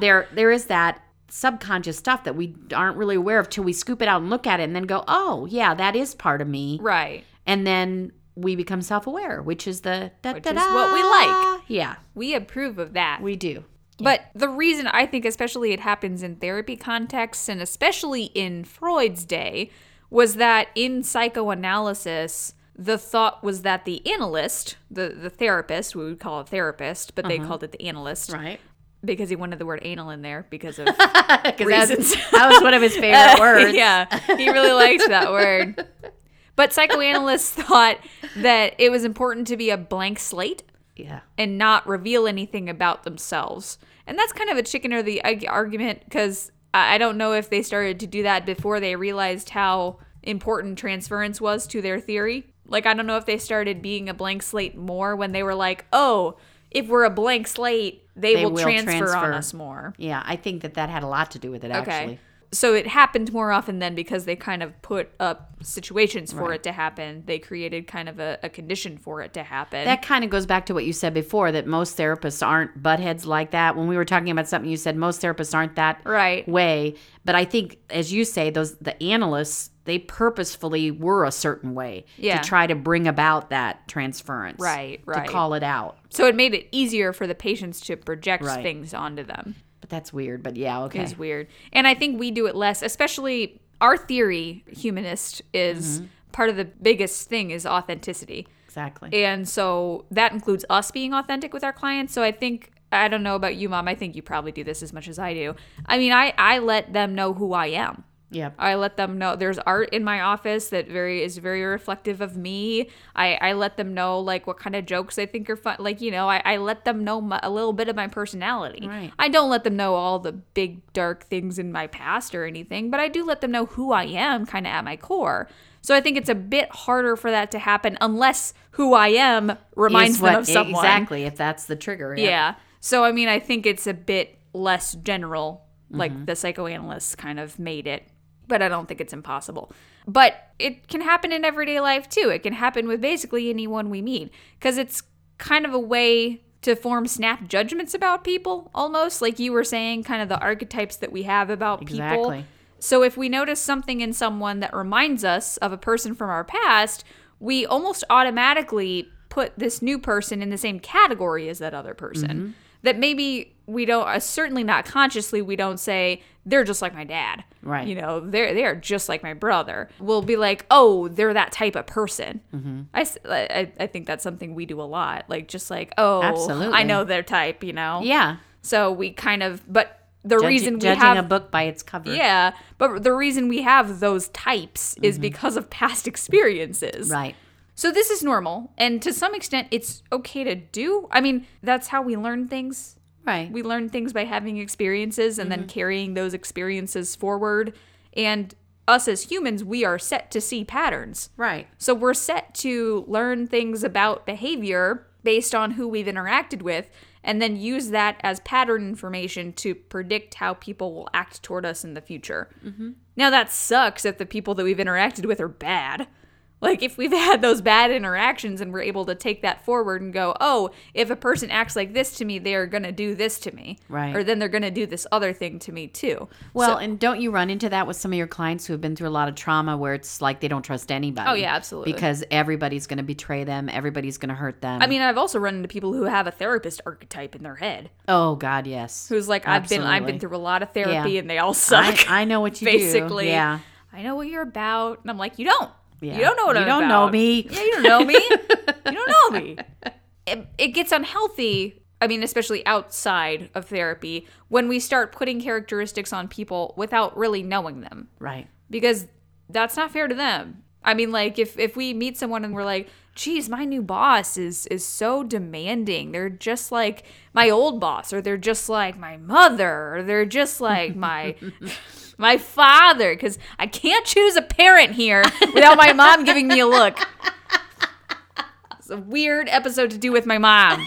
there there is that subconscious stuff that we aren't really aware of till we scoop it out and look at it and then go, "Oh, yeah, that is part of me."
Right.
And then we become self-aware, which is the da,
Which
da,
is
da.
what we like.
Yeah,
We approve of that.
we do.
but the reason I think, especially it happens in therapy contexts and especially in Freud's day, was that in psychoanalysis, the thought was that the analyst, the, the therapist, we would call a therapist, but they called it the analyst
Uh-huh. Right.
because he wanted the word anal in there because of
Because
Reasons.
that was one of his favorite words.
yeah, he really liked that word. But psychoanalysts thought that it was important to be a blank slate
Yeah.
and not reveal anything about themselves. And that's kind of a chicken or the egg argument because I I don't know if they started to do that before they realized how important transference was to their theory. Like, I don't know if they started being a blank slate more when they were like, oh, if we're a blank slate, they,
They
will,
will
transfer, on
transfer.
us more.
Yeah, I think that that had a lot to do with it actually.
So it happened more often then because they kind of put up situations for it to happen. They created kind of a, a condition for it to happen.
That kind of goes back to what you said before that most therapists aren't buttheads like that. When we were talking about something, you said most therapists aren't that
Right.
way. But I think, as you say, those the analysts they purposefully were a certain way
Yeah.
to try to bring about that transference,
Right, right.
To call it out.
so it made it easier for the patients to project
Right.
things onto them.
But that's weird. But yeah, okay.
It's weird. And I think we do it less, especially our theory, humanist, is
Mm-hmm.
part of the biggest thing is authenticity.
Exactly.
And so that includes us being authentic with our clients. So I think I don't know about you, mom. I think you probably do this as much as I do. I mean, I I let them know who I am.
yep.
I let them know there's art in my office that very is very reflective of me. I, I let them know like what kind of jokes I think are fun. Like you know, I, I let them know my, a little bit of my personality.
Right.
I don't let them know all the big dark things in my past or anything, but I do let them know who I am, kind of at my core. So I think it's a bit harder for that to happen unless who I am reminds
Is
them of someone.
exactly if that's the trigger.
Yeah. So I mean, I think it's a bit less general, like the psychoanalysts kind of made it, but I don't think it's impossible. But it can happen in everyday life too. It can happen with basically anyone we meet because it's kind of a way to form snap judgments about people almost like you were saying kind of the archetypes that we have about
Exactly.
people so if we notice something in someone that reminds us of a person from our past we almost automatically put this new person in the same category as that other person
Mm-hmm.
that maybe we don't uh, certainly not consciously we don't say they're just like my dad
Right.
you know they're they're just like my brother we'll be like oh they're that type of person
Mm-hmm.
I, s- I- I think that's something we do a lot like just like oh
Absolutely.
i know their type you know
Yeah.
so we kind of but the
Judging-
reason we
judging
have
a book by its cover.
yeah but the reason we have those types is because of past experiences
Right.
so this is normal and to some extent it's okay to do i mean that's how we learn things
Right.
we learn things by having experiences and then carrying those experiences forward and us as humans we are set to see patterns
right.
so we're set to learn things about behavior based on who we've interacted with and then use that as pattern information to predict how people will act toward us in the future. Now that sucks if the people that we've interacted with are bad. Like if we've had those bad interactions and we're able to take that forward and go, "Oh, if a person acts like this to me, they're going to do this to me."
Right.
Or then they're going to do this other thing to me too.
Well,
So-
and don't you run into that with some of your clients who have been through a lot of trauma where it's like they don't trust anybody?
Oh, yeah, absolutely.
Because everybody's going to betray them, everybody's going to hurt them.
I mean, I've also run into people who have a therapist archetype in their head.
oh God, yes.
who's like I've been I've been
Absolutely.
through a lot of therapy
Yeah.
and they all
I,
suck.
I know what you do.
basically.
Yeah.
I know what you're about, and I'm like, you don't.
Yeah.
You don't know what
You
I'm
don't know
about.
me.
Yeah, you don't know me. you don't know me. It, it gets unhealthy. I mean, especially outside of therapy, when we start putting characteristics on people without really knowing them
Right.
because that's not fair to them. I mean, like if if we meet someone and we're like, "Geez, my new boss is is so demanding. They're just like my old boss, or they're just like my mother, or they're just like my." My father, because I can't choose a parent here without my mom giving me a look. It's a weird episode to do with my mom.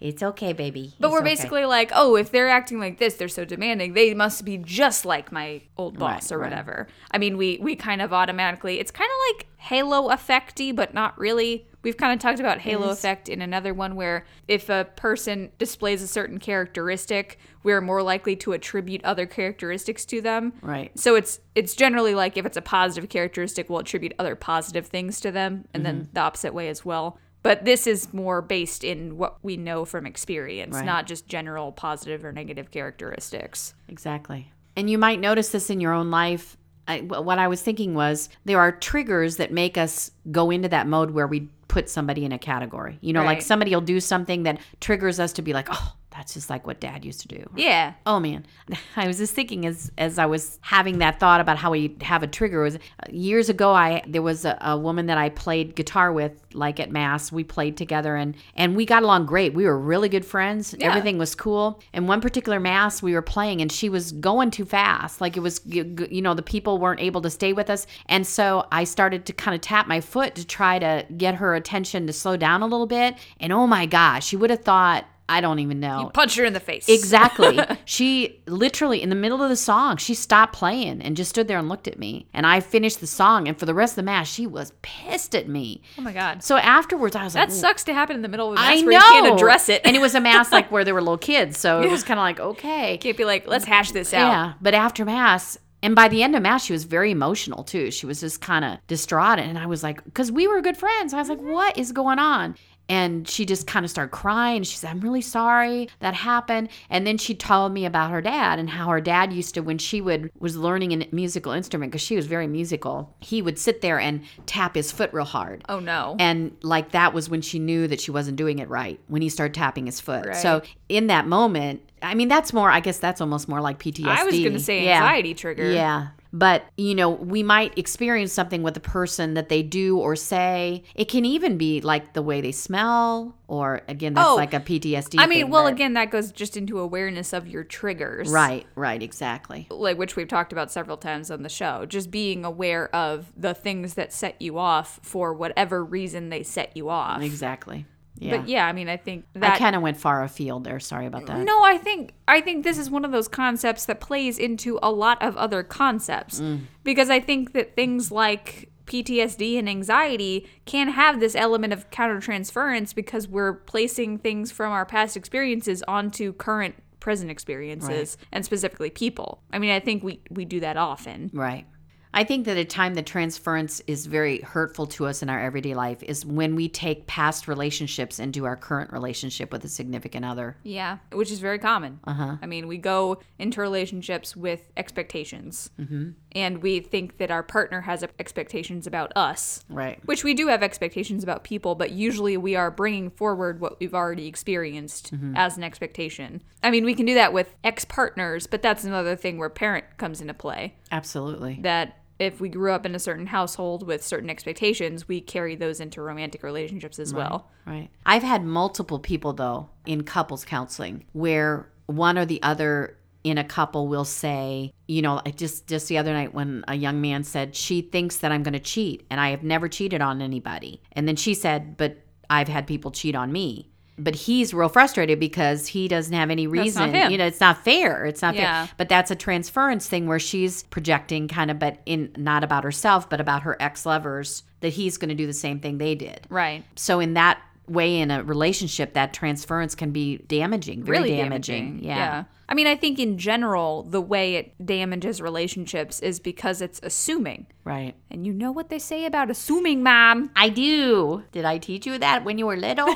It's okay, baby.
But
It's
we're
okay.
basically like, oh, if they're acting like this, they're so demanding. They must be just like my old
Right,
boss or
right.
whatever. I mean, we we kind of automatically. It's kind of like halo effecty, but not really. We've kind of talked about halo effect in another one where if a person displays a certain characteristic, we're more likely to attribute other characteristics to them.
Right.
So it's it's generally like if it's a positive characteristic, we'll attribute other positive things to them, and then
Mm-hmm.
the opposite way as well. But this is more based in what we know from experience,
Right.
not just general positive or negative characteristics.
Exactly. And you might notice this in your own life. I, wh- what I was thinking was there are triggers that make us go into that mode where we put somebody in a category. You know, like
Right.
somebody will do something that triggers us to be like, oh, that's just like what dad used to do.
Yeah.
Oh man, I was just thinking as as I was having that thought about how we have a trigger was uh, years ago. I there was a, a woman that I played guitar with, like at mass. We played together and and we got along great. We were really good friends. Everything was cool. And one particular mass we were playing, and she was going too fast. Like it was, you you know, the people weren't able to stay with us, and so I started to kind of tap my foot to try to get her attention to slow down a little bit. And oh my gosh, you would have thought. I don't even know.
Punch her in the face.
Exactly. she literally, in the middle of the song, she stopped playing and just stood there and looked at me. And I finished the song, and for the rest of the mass, she was pissed at me.
Oh my god.
So afterwards, I was
That
like,
sucks to happen in the middle of a
I
match
know.
where you can't address it.
and it was a mass like where there were little kids, so it was kind of like okay,
can't be like, let's hash this out.
yeah. But after mass. And by the end of mass, she was very emotional too. She was just kind of distraught, and I was like, because we were good friends. I was like, what is going on? And she just kind of started crying. She said, I'm really sorry that happened. And then she told me about her dad and how her dad used to, when she would was learning a musical instrument, because she was very musical, he would sit there and tap his foot real hard.
Oh no.
And like that was when she knew that she wasn't doing it right when he started tapping his foot. So in that moment, I mean, that's more, I guess that's almost more like PTSD.
I was going to say
Yeah.
anxiety trigger.
Yeah. But, you know, we might experience something with a person that they do or say. It can even be like the way they smell, or again, that's
Oh,
like a PTSD.
I mean,
thing,
well,
but-
again, that goes just into awareness of your triggers.
Right, right, exactly.
like which we've talked about several times on the show, just being aware of the things that set you off for whatever reason they set you off.
Exactly. Yeah.
But yeah, I mean, I think
I
that
kind of went far afield there. Sorry about that.
no, I think I think this is one of those
Mm.
concepts that plays into a lot of other concepts because I think that things like PTSD and anxiety can have this element of countertransference because we're placing things from our past experiences onto current present experiences and specifically people. I mean, I think we we do that often.
Right. I think that a time the transference is very hurtful to us in our everyday life is when we take past relationships into our current relationship with a significant other.
Yeah, which is very common. Uh-huh. I mean, we go into relationships with expectations, mm-hmm. and we think that our partner has expectations about us,
Right.
which we do have expectations about people, but usually we are bringing forward what we've already experienced as an expectation. I mean, we can do that with ex partners, but that's another thing where parent comes into play.
Absolutely.
That if we grew up in a certain household with certain expectations, we carry those into romantic relationships as well.
Right. I've had multiple people, though, in couples counseling where one or the other in a couple will say, you know, I just just the other night when a young man said she thinks that I'm going to cheat and I have never cheated on anybody. And then she said, "But I've had people cheat on me." But he's real frustrated because he doesn't have any
not
reason.
him.
You know, it's not fair. It's not
Yeah.
fair. But that's a transference thing where she's projecting kind of but in not about herself, but about her ex-lovers that he's going to do the same thing they did.
Right.
So in that way, in a relationship, that transference can be damaging, very
really
damaging. Yeah.
I mean, I think in general, the way it damages relationships is because it's assuming.
right.
And you know what they say about assuming, mom,
I do. Did I teach you that when you were little?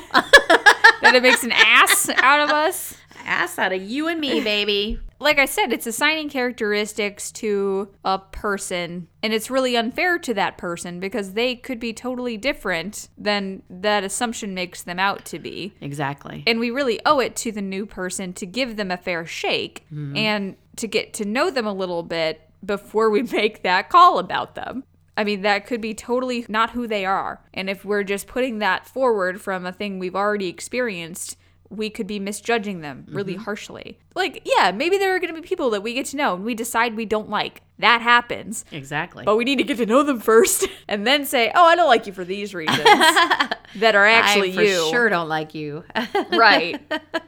that it makes an ass out of us.
Ass out of you and me, baby.
Like I said, it's assigning characteristics to a person, and it's really unfair to that person because they could be totally different than that assumption makes them out to be.
Exactly.
and we really owe it to the new person to give them a fair shake
Mm-hmm.
and to get to know them a little bit before we make that call about them. I mean, that could be totally not who they are. And if we're just putting that forward from a thing we've already experienced, we could be misjudging them really
Mm-hmm.
harshly. Like, yeah, maybe there are going to be people that we get to know and we decide we don't like. That happens.
exactly.
But we need to get to know them first and then say, oh, I don't like you for these reasons that are actually
I for
you
sure don't like you.
right.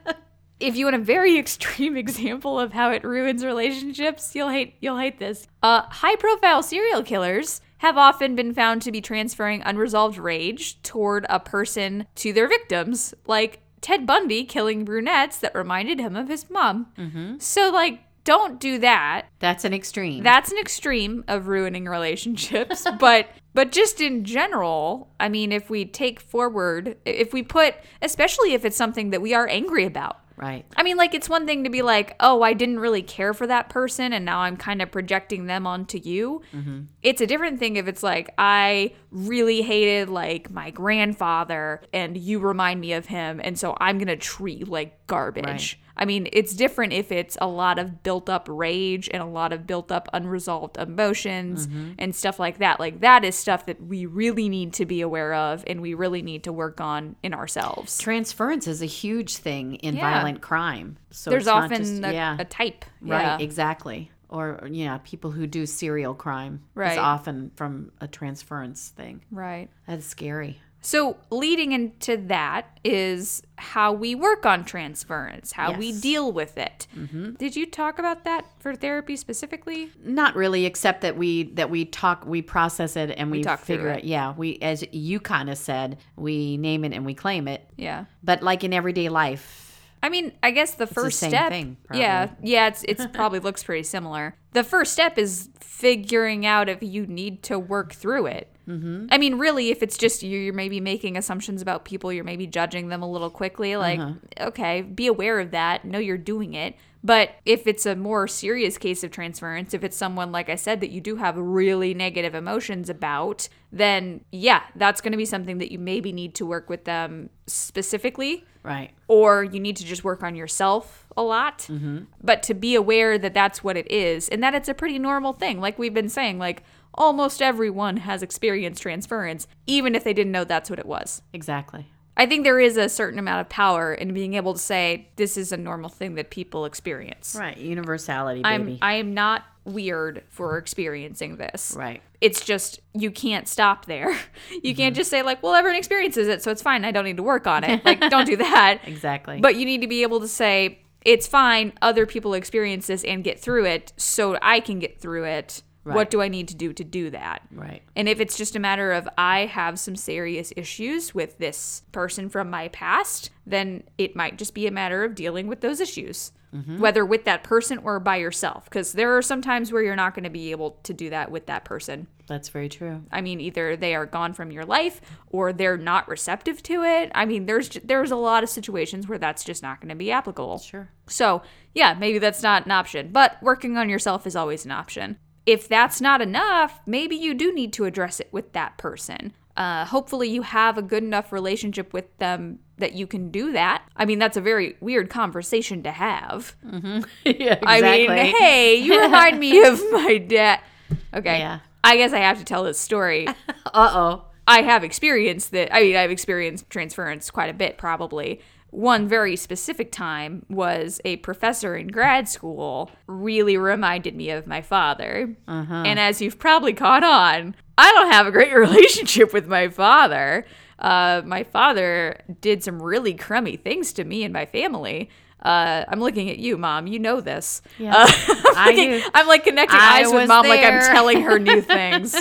if you want a very extreme example of how it ruins relationships, you'll hate you'll hate this. Uh, high-profile serial killers have often been found to be transferring unresolved rage toward a person to their victims, like Ted Bundy killing brunettes that reminded him of his mom. So, like, don't do that
That's an extreme.
that's an extreme of ruining relationships but but just in general i mean if we take forward if we put especially if it's something that we are angry about
right.
i mean like it's one thing to be like oh i didn't really care for that person and now i'm kind of projecting them onto you
Mm-hmm.
it's a different thing if it's like i really hated like my grandfather and you remind me of him and so i'm gonna treat you like garbage
Right.
I mean, it's different if it's a lot of built up rage and a lot of built up unresolved emotions
Mm-hmm.
and stuff like that. Like, that is stuff that we really need to be aware of and we really need to work on in ourselves.
Transference is a huge thing in
Yeah.
violent crime. So
There's
it's not
often
just-
a,
yeah.
a type.
Right,
Yeah.
exactly. Or you know, people who do serial crime
Right.
is often from a transference thing.
Right.
That's scary.
So, leading into that is how we work on transference, how we
Yes.
deal with it. Did you talk about that for therapy specifically?
Not really, except that we that we talk, we process it, and we,
talk through
figure
it.
it. Yeah, we as you kind of said, we name it and we claim it.
Yeah.
But like in everyday life,
I mean, I guess the first
same
step.
thing,
yeah, yeah, it's it's probably looks pretty similar. The first step is figuring out if you need to work through it. Mm-hmm. I mean, really, if it's just you, you're maybe making assumptions about people, you're maybe judging them a little quickly. Like, okay, be aware of that. Know you're doing it. But if it's a more serious case of transference, if it's someone, like I said, that you do have really negative emotions about, then yeah, that's going to be something that you maybe need to work with them specifically
right?
or you need to just work on yourself a lot.
Mm-hmm.
But to be aware that that's what it is and that it's a pretty normal thing. Like we've been saying, like almost everyone has experienced transference, even if they didn't know that's what it was.
Exactly.
I think there is a certain amount of power in being able to say, this is a normal thing that people experience.
Right. Universality,
I'm,
baby.
I am not weird for experiencing this
right.
it's just you can't stop there. You
Mm-hmm.
can't just say like, well, everyone experiences it, so it's fine. I don't need to work on it. Like, don't do that.
Exactly.
But you need to be able to say it's fine. Other people experience this and get through it, so I can get through it.
Right.
What do I need to do to do that?
Right.
And if it's just a matter of I have some serious issues with this person from my past, then it might just be a matter of dealing with those issues, whether with that person or by yourself. Because there are some times where you're not going to be able to do that with that person.
That's very true.
I mean, either they are gone from your life or they're not receptive to it. I mean, there's there's a lot of situations where that's just not going to be applicable.
Sure.
So, yeah, maybe that's not an option, but working on yourself is always an option. If that's not enough, maybe you do need to address it with that person. Uh, hopefully, you have a good enough relationship with them that you can do that. I mean, that's a very weird conversation to have.
yeah, exactly.
I mean, hey, you remind me of my dad. Okay.
Yeah.
I guess I have to tell this story.
Uh-oh.
I have experienced that. I mean, I've experienced transference quite a bit, probably. One very specific time was a professor in grad school really reminded me of my father.
Uh-huh.
And as you've probably caught on, I don't have a great relationship with my father. Uh, my father did some really crummy things to me and my family. Uh, I'm looking at you, mom. You know this.
Yeah.
Uh,
I
I'm, looking-
knew-
I'm like connecting
I
eyes with
was
mom, like I'm
there.
telling her new things.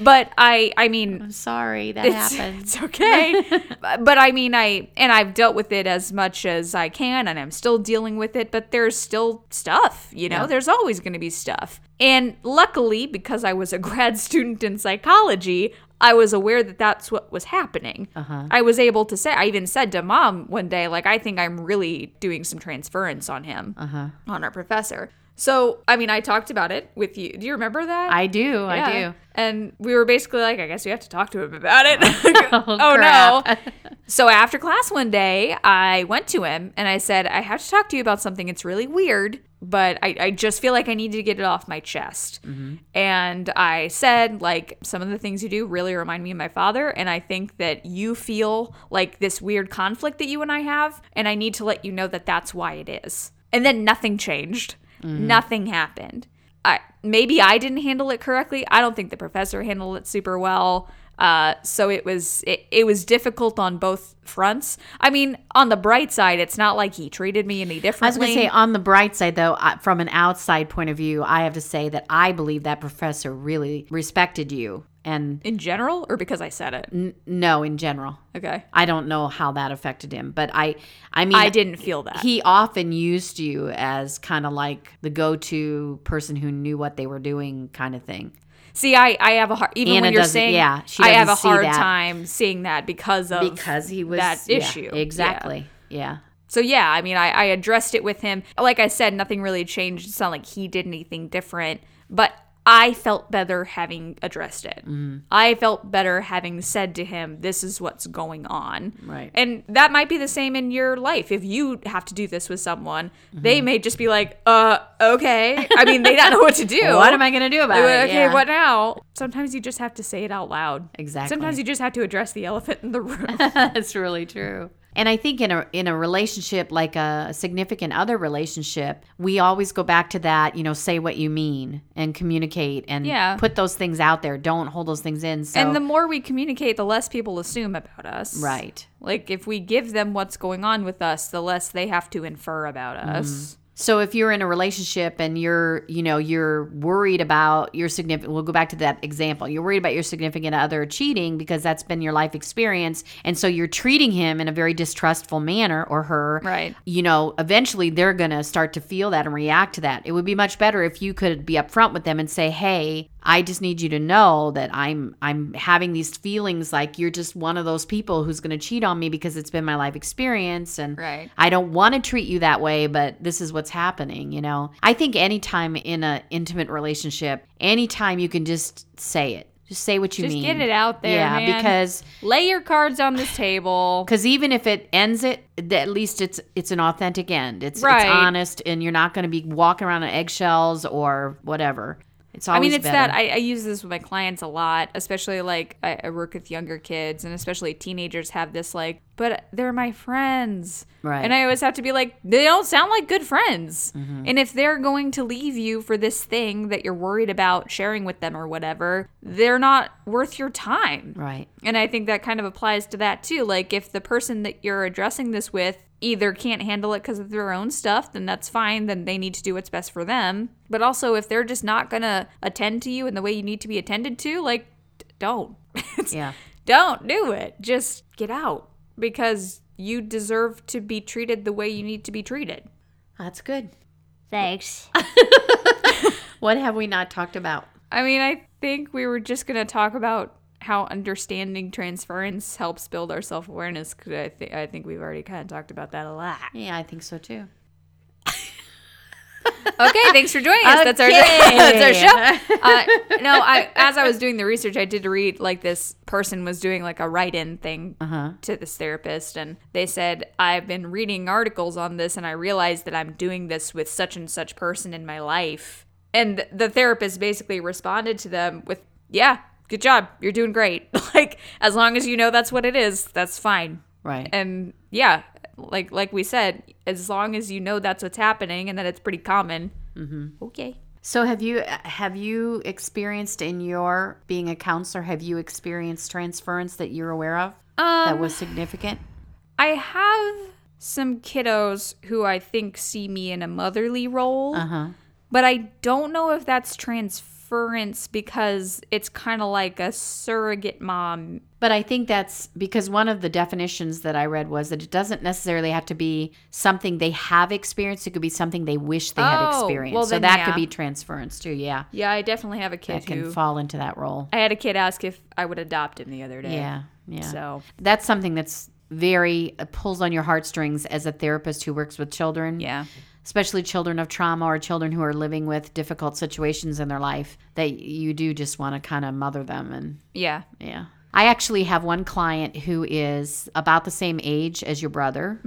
but I, I mean,
I'm sorry that
it's,
happened.
it's okay. but but I mean, I and I've dealt with it as much as I can, and I'm still dealing with it. But there's still stuff, you know.
Yeah.
There's always going to be stuff. And luckily, because I was a grad student in psychology, I was aware that that's what was happening.
Uh-huh.
I was able to say. I even said to mom one day, like, I think I'm really doing some transference on him,
Uh-huh.
on our professor. So, I mean, I talked about it with you. Do you remember that?
I do. I
Yeah.
do.
And we were basically like, I guess we have to talk to him about it.
Oh,
oh no. so after class one day, I went to him and I said, I have to talk to you about something. It's really weird, but I, I just feel like I need to get it off my chest. And I said, like, some of the things you do really remind me of my father. And I think that you feel like this weird conflict that you and I have. And I need to let you know that that's why it is. And then nothing changed, nothing happened. I maybe I didn't handle it correctly. I don't think the professor handled it super well. Uh, so it was it, it was difficult on both fronts. I mean, on the bright side, it's not like he treated me any differently.
I was going to say, on the bright side, though, I, from an outside point of view, I have to say that I believe that professor really respected you. And
in general, or because I said it.
n- no, in general,
Okay,
I don't know how that affected him, but I, I mean,
I didn't feel that.
He often used you as kind of like the go-to person who knew what they were doing, kind of thing.
see, I I have a hard even
Anna
when you're
doesn't-
saying
yeah, she
I have a
doesn't see
hard
that.
time seeing that because of
Because he was
that
yeah,
issue Yeah.
exactly. Yeah.
So yeah, I mean, I, I addressed it with him. Like I said, nothing really changed. It's not like he did anything different, but I felt better having addressed it.
Mm-hmm.
I felt better having said to him, "This is what's going on."
Right.
And that might be the same in your life. If you have to do this with someone, they
Mm-hmm.
may just be like, "Uh, okay." I mean, they don't know what to do.
What am I going to do about it?
Okay,
Yeah.
what now? Sometimes you just have to say it out loud.
Exactly.
Sometimes you just have to address the elephant in the room.
That's really true. And I think in a in a relationship like a significant other relationship, we always go back to that, you know, say what you mean and communicate and
Yeah.
put those things out there. Don't hold those things in. So
And the more we communicate, the less people assume about us.
right.
Like if we give them what's going on with us, the less they have to infer about
Mm-hmm.
us.
So if you're in a relationship and you're, you know, you're worried about your significant we'll go back to that example. You're worried about your significant other cheating because that's been your life experience and so you're treating him in a very distrustful manner or her.
Right.
You know, eventually they're going to start to feel that and react to that. It would be much better if you could be upfront with them and say, "Hey, I just need you to know that I'm I'm having these feelings like you're just one of those people who's going to cheat on me because it's been my life experience and
Right.
I don't want to treat you that way, but this is what's happening, you know. I think anytime in an intimate relationship, anytime you can just say it. Just say what you
Just
mean.
get it out there,
Yeah,
man.
because
Lay your cards on this table.
because even if it ends it, th- at least it's it's an authentic end. It's
Right.
it's honest, and you're not going to be walking around on eggshells or whatever. It's always
I mean, it's
better.
that I, I use this with my clients a lot, especially like I, I work with younger kids and especially teenagers have this like, but they're my friends.
Right. Mm-hmm.
And I always have to be like, they don't sound like good friends. And if they're going to leave you for this thing that you're worried about sharing with them or whatever, they're not worth your time.
right.
And I think that kind of applies to that too. Like if the person that you're addressing this with either can't handle it because of their own stuff, then that's fine. Then they need to do what's best for them. But also, if they're just not gonna attend to you in the way you need to be attended to, like, d- don't. It's-
Yeah.
Don't do it. Just get out because you deserve to be treated the way you need to be treated.
That's good.
Thanks.
What have we not talked about?
I mean, I think we were just going to talk about how understanding transference helps build our self awareness because I, th- I think we've already kind of talked about that a lot.
Yeah, I think so too.
Okay, thanks for joining us. That's our,
Okay.
that's our show. Uh, no, I, as I was doing the research, I did read like this person was doing like a write in thing
Uh-huh.
to this therapist, and they said, I've been reading articles on this, and I realized that I'm doing this with such and such person in my life. And the therapist basically responded to them with, Yeah, good job. You're doing great. like, as long as you know that's what it is, that's fine
Right.
and yeah like like we said as long as you know that's what's happening and that it's pretty common
Mm-hmm.
okay
So have you have you experienced in your being a counselor have you experienced transference that you're aware of that
um
was significant?
i have some kiddos who i think see me in a motherly role
Uh-huh.
but i don't know if that's transference because it's kind of like a surrogate mom
But I think that's because one of the definitions that I read was that it doesn't necessarily have to be something they have experienced. It could be something they wish they had
Oh,
experienced.
well
so
then,
that could
yeah.
be transference too. Yeah.
yeah i definitely have a kid
That can
who
fall into that role.
i had a kid ask if i would adopt him the other day
Yeah. Yeah.
so
That's something that's very it pulls on your heartstrings as a therapist who works with children.
yeah
especially children of trauma or children who are living with difficult situations in their life that you do just want to kind of mother them and
yeah
yeah i actually have one client who is about the same age as your brother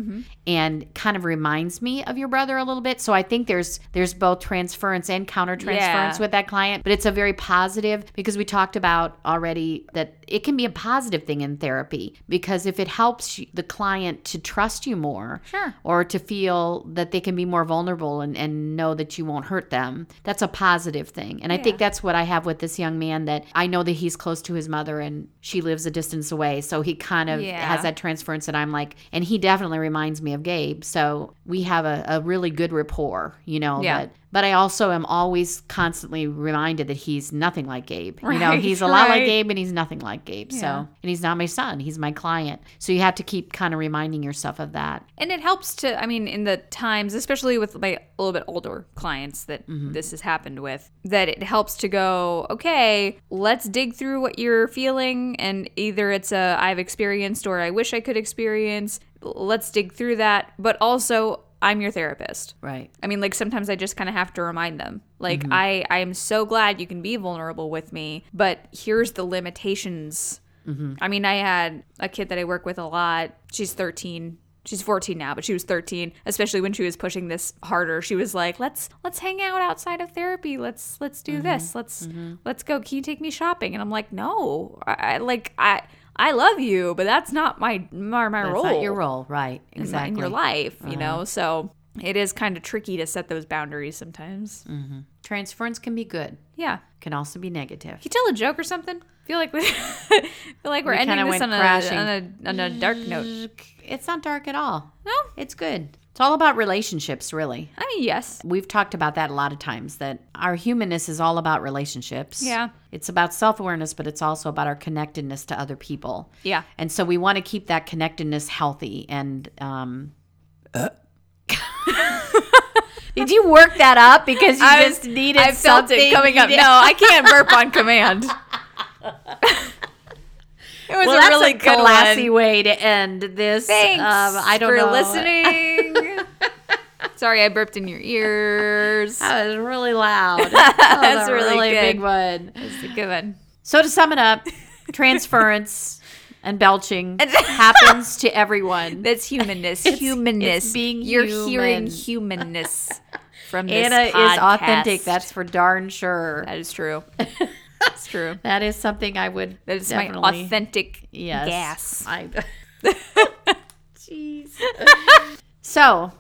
and kind of reminds me of your brother a little bit so i think there's there's both transference and countertransference
Yeah.
with that client but it's a very positive because we talked about already that it can be a positive thing in therapy because if it helps you- the client to trust you more
Sure.
or to feel that they can be more vulnerable and, and know that you won't hurt them. That's a positive thing. And I think that's what I have with this young man that I know that he's close to his mother and she lives a distance away. So he kind of
Yeah.
has that transference that I'm like, and he definitely reminds me of Gabe. So we have a, a really good rapport, you know,
Yeah.
that but I also am always constantly reminded that he's nothing like Gabe. You know,
Right,
he's a lot like
right.
Gabe and he's nothing like Gabe. So,
Yeah.
and he's not my son, he's my client. So you have to keep kind of reminding yourself of that.
And it helps to, I mean, in the times, especially with my a little bit older clients that this has happened with, that it helps to go, okay, let's dig through what you're feeling. And either it's a I've experienced or I wish I could experience. Let's dig through that. But also, I'm your therapist.
Right.
I mean, like sometimes I just kind of have to remind them, like
Mm-hmm.
I I am so glad you can be vulnerable with me, but here's the limitations.
Mm-hmm.
I mean, I had a kid that I work with a lot. She's 13. She's 14 now, but she was 13, especially when she was pushing this harder. She was like, "Let's let's hang out outside of therapy. Let's let's
Mm-hmm.
do this. Let's let's go. Can you take me shopping?" And I'm like, "No. I, I like I I love you, but that's not my my, my
That's
role.
not your role, right?
in my-
Exactly. Uh-huh.
in your life, you know? So it is kind of tricky to set those boundaries sometimes.
Mm. Transference can be good,
Yeah.
can also be negative.
Can you tell a joke or something? feel like we feel like we're
We
ending
kinda
this
went
on a,
crashing. Mm.
on a on a dark note.
It's not dark at all.
No,
It's good. It's all about relationships, really.
I mean yes.
We've talked about that a lot of times that our humanness is all about relationships.
Yeah.
It's about self awareness, but it's also about our connectedness to other people.
Yeah.
And so we want to keep that connectedness healthy. And um, did you work that up because you
I was-
just needed
I felt
something?
it coming up. No, I can't burp on command. it was
well,
a
that's
really
a
good
classy
one.
way to end this.
Thanks
Um, I don't
for
know.
listening. Sorry, I burped in your ears.
That was really loud. That was
That's
a
really
really
good.
big one.
That's a good one.
So to sum it up, transference and belching happens to everyone.
That's humanness. humanness.
it's being
You're hearing
human.
humanness from this
Anna is
podcast.
authentic. That's for darn sure.
that is true. That's true.
That is something I would.
That is
definitely,
my authentic
yes.
gas.
I, jeez. so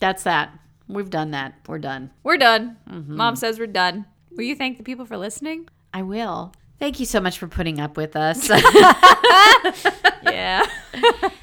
that's that. We've done that. We're done. Mm-hmm.
We're done. Mom says we're done. Will you thank the people for listening?
I will. Thank you so much for putting up with us.
yeah.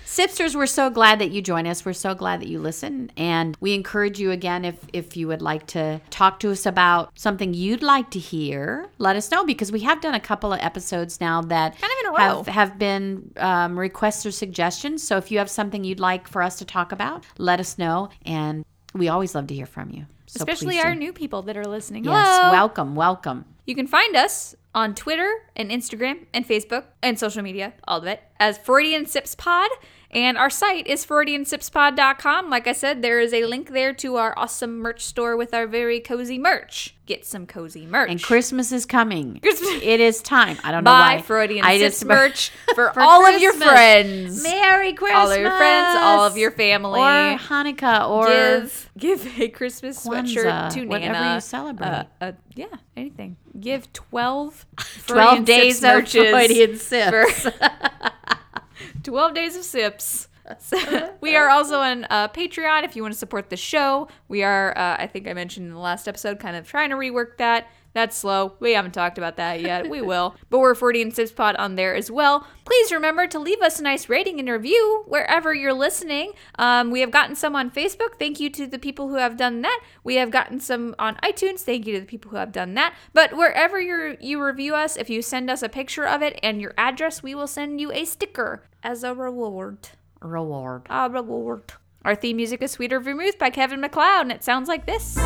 Sipsters, we're so glad that you join us. We're so glad that you listen. And we encourage you again if, if you would like to talk to us about something you'd like to hear, let us know because we have done a couple of episodes now that
Kind of in a row.
have, have been um, requests or suggestions. So if you have something you'd like for us to talk about, let us know. And we always love to hear from you. So
Especially
please
our
do.
new people that are listening.
Yes,
Hello.
welcome, welcome.
You can find us on Twitter and Instagram and Facebook and social media, all of it, as Freudian Sips Pod. And our site is FreudianSipsPod.com. Like I said, there is a link there to our awesome merch store with our very cozy merch. Get some cozy merch.
And Christmas is coming.
Christmas-
It is time. I don't know
Buy
why.
Freudian
I
Sips
just-
merch for, all of your
Christmas.
friends.
Merry Christmas.
All of your friends, all of your family.
Or Hanukkah or
give give a Christmas
Kwanzaa,
sweatshirt to
whatever
Nana.
you celebrate.
Uh, uh, yeah, anything. Give twelve
12
Freudian
days
sips
of
merches
Freudian sips.
for- twelve days of sips. So, we are also on uh, Patreon if you want to support the show. We are, uh, I think I mentioned in the last episode, kind of trying to rework that. That's slow. We haven't talked about that yet. We will. But we're 40 and Sips Pod on there as well. Please remember to leave us a nice rating and review wherever you're listening. Um, we have gotten some on Facebook. Thank you to the people who have done that. We have gotten some on iTunes. Thank you to the people who have done that. But wherever you you review us, if you send us a picture of it and your address, we will send you a sticker as a reward.
reward.
Ah, reward. Our theme music is Sweeter Vermouth by Kevin McLeod, and it sounds like this.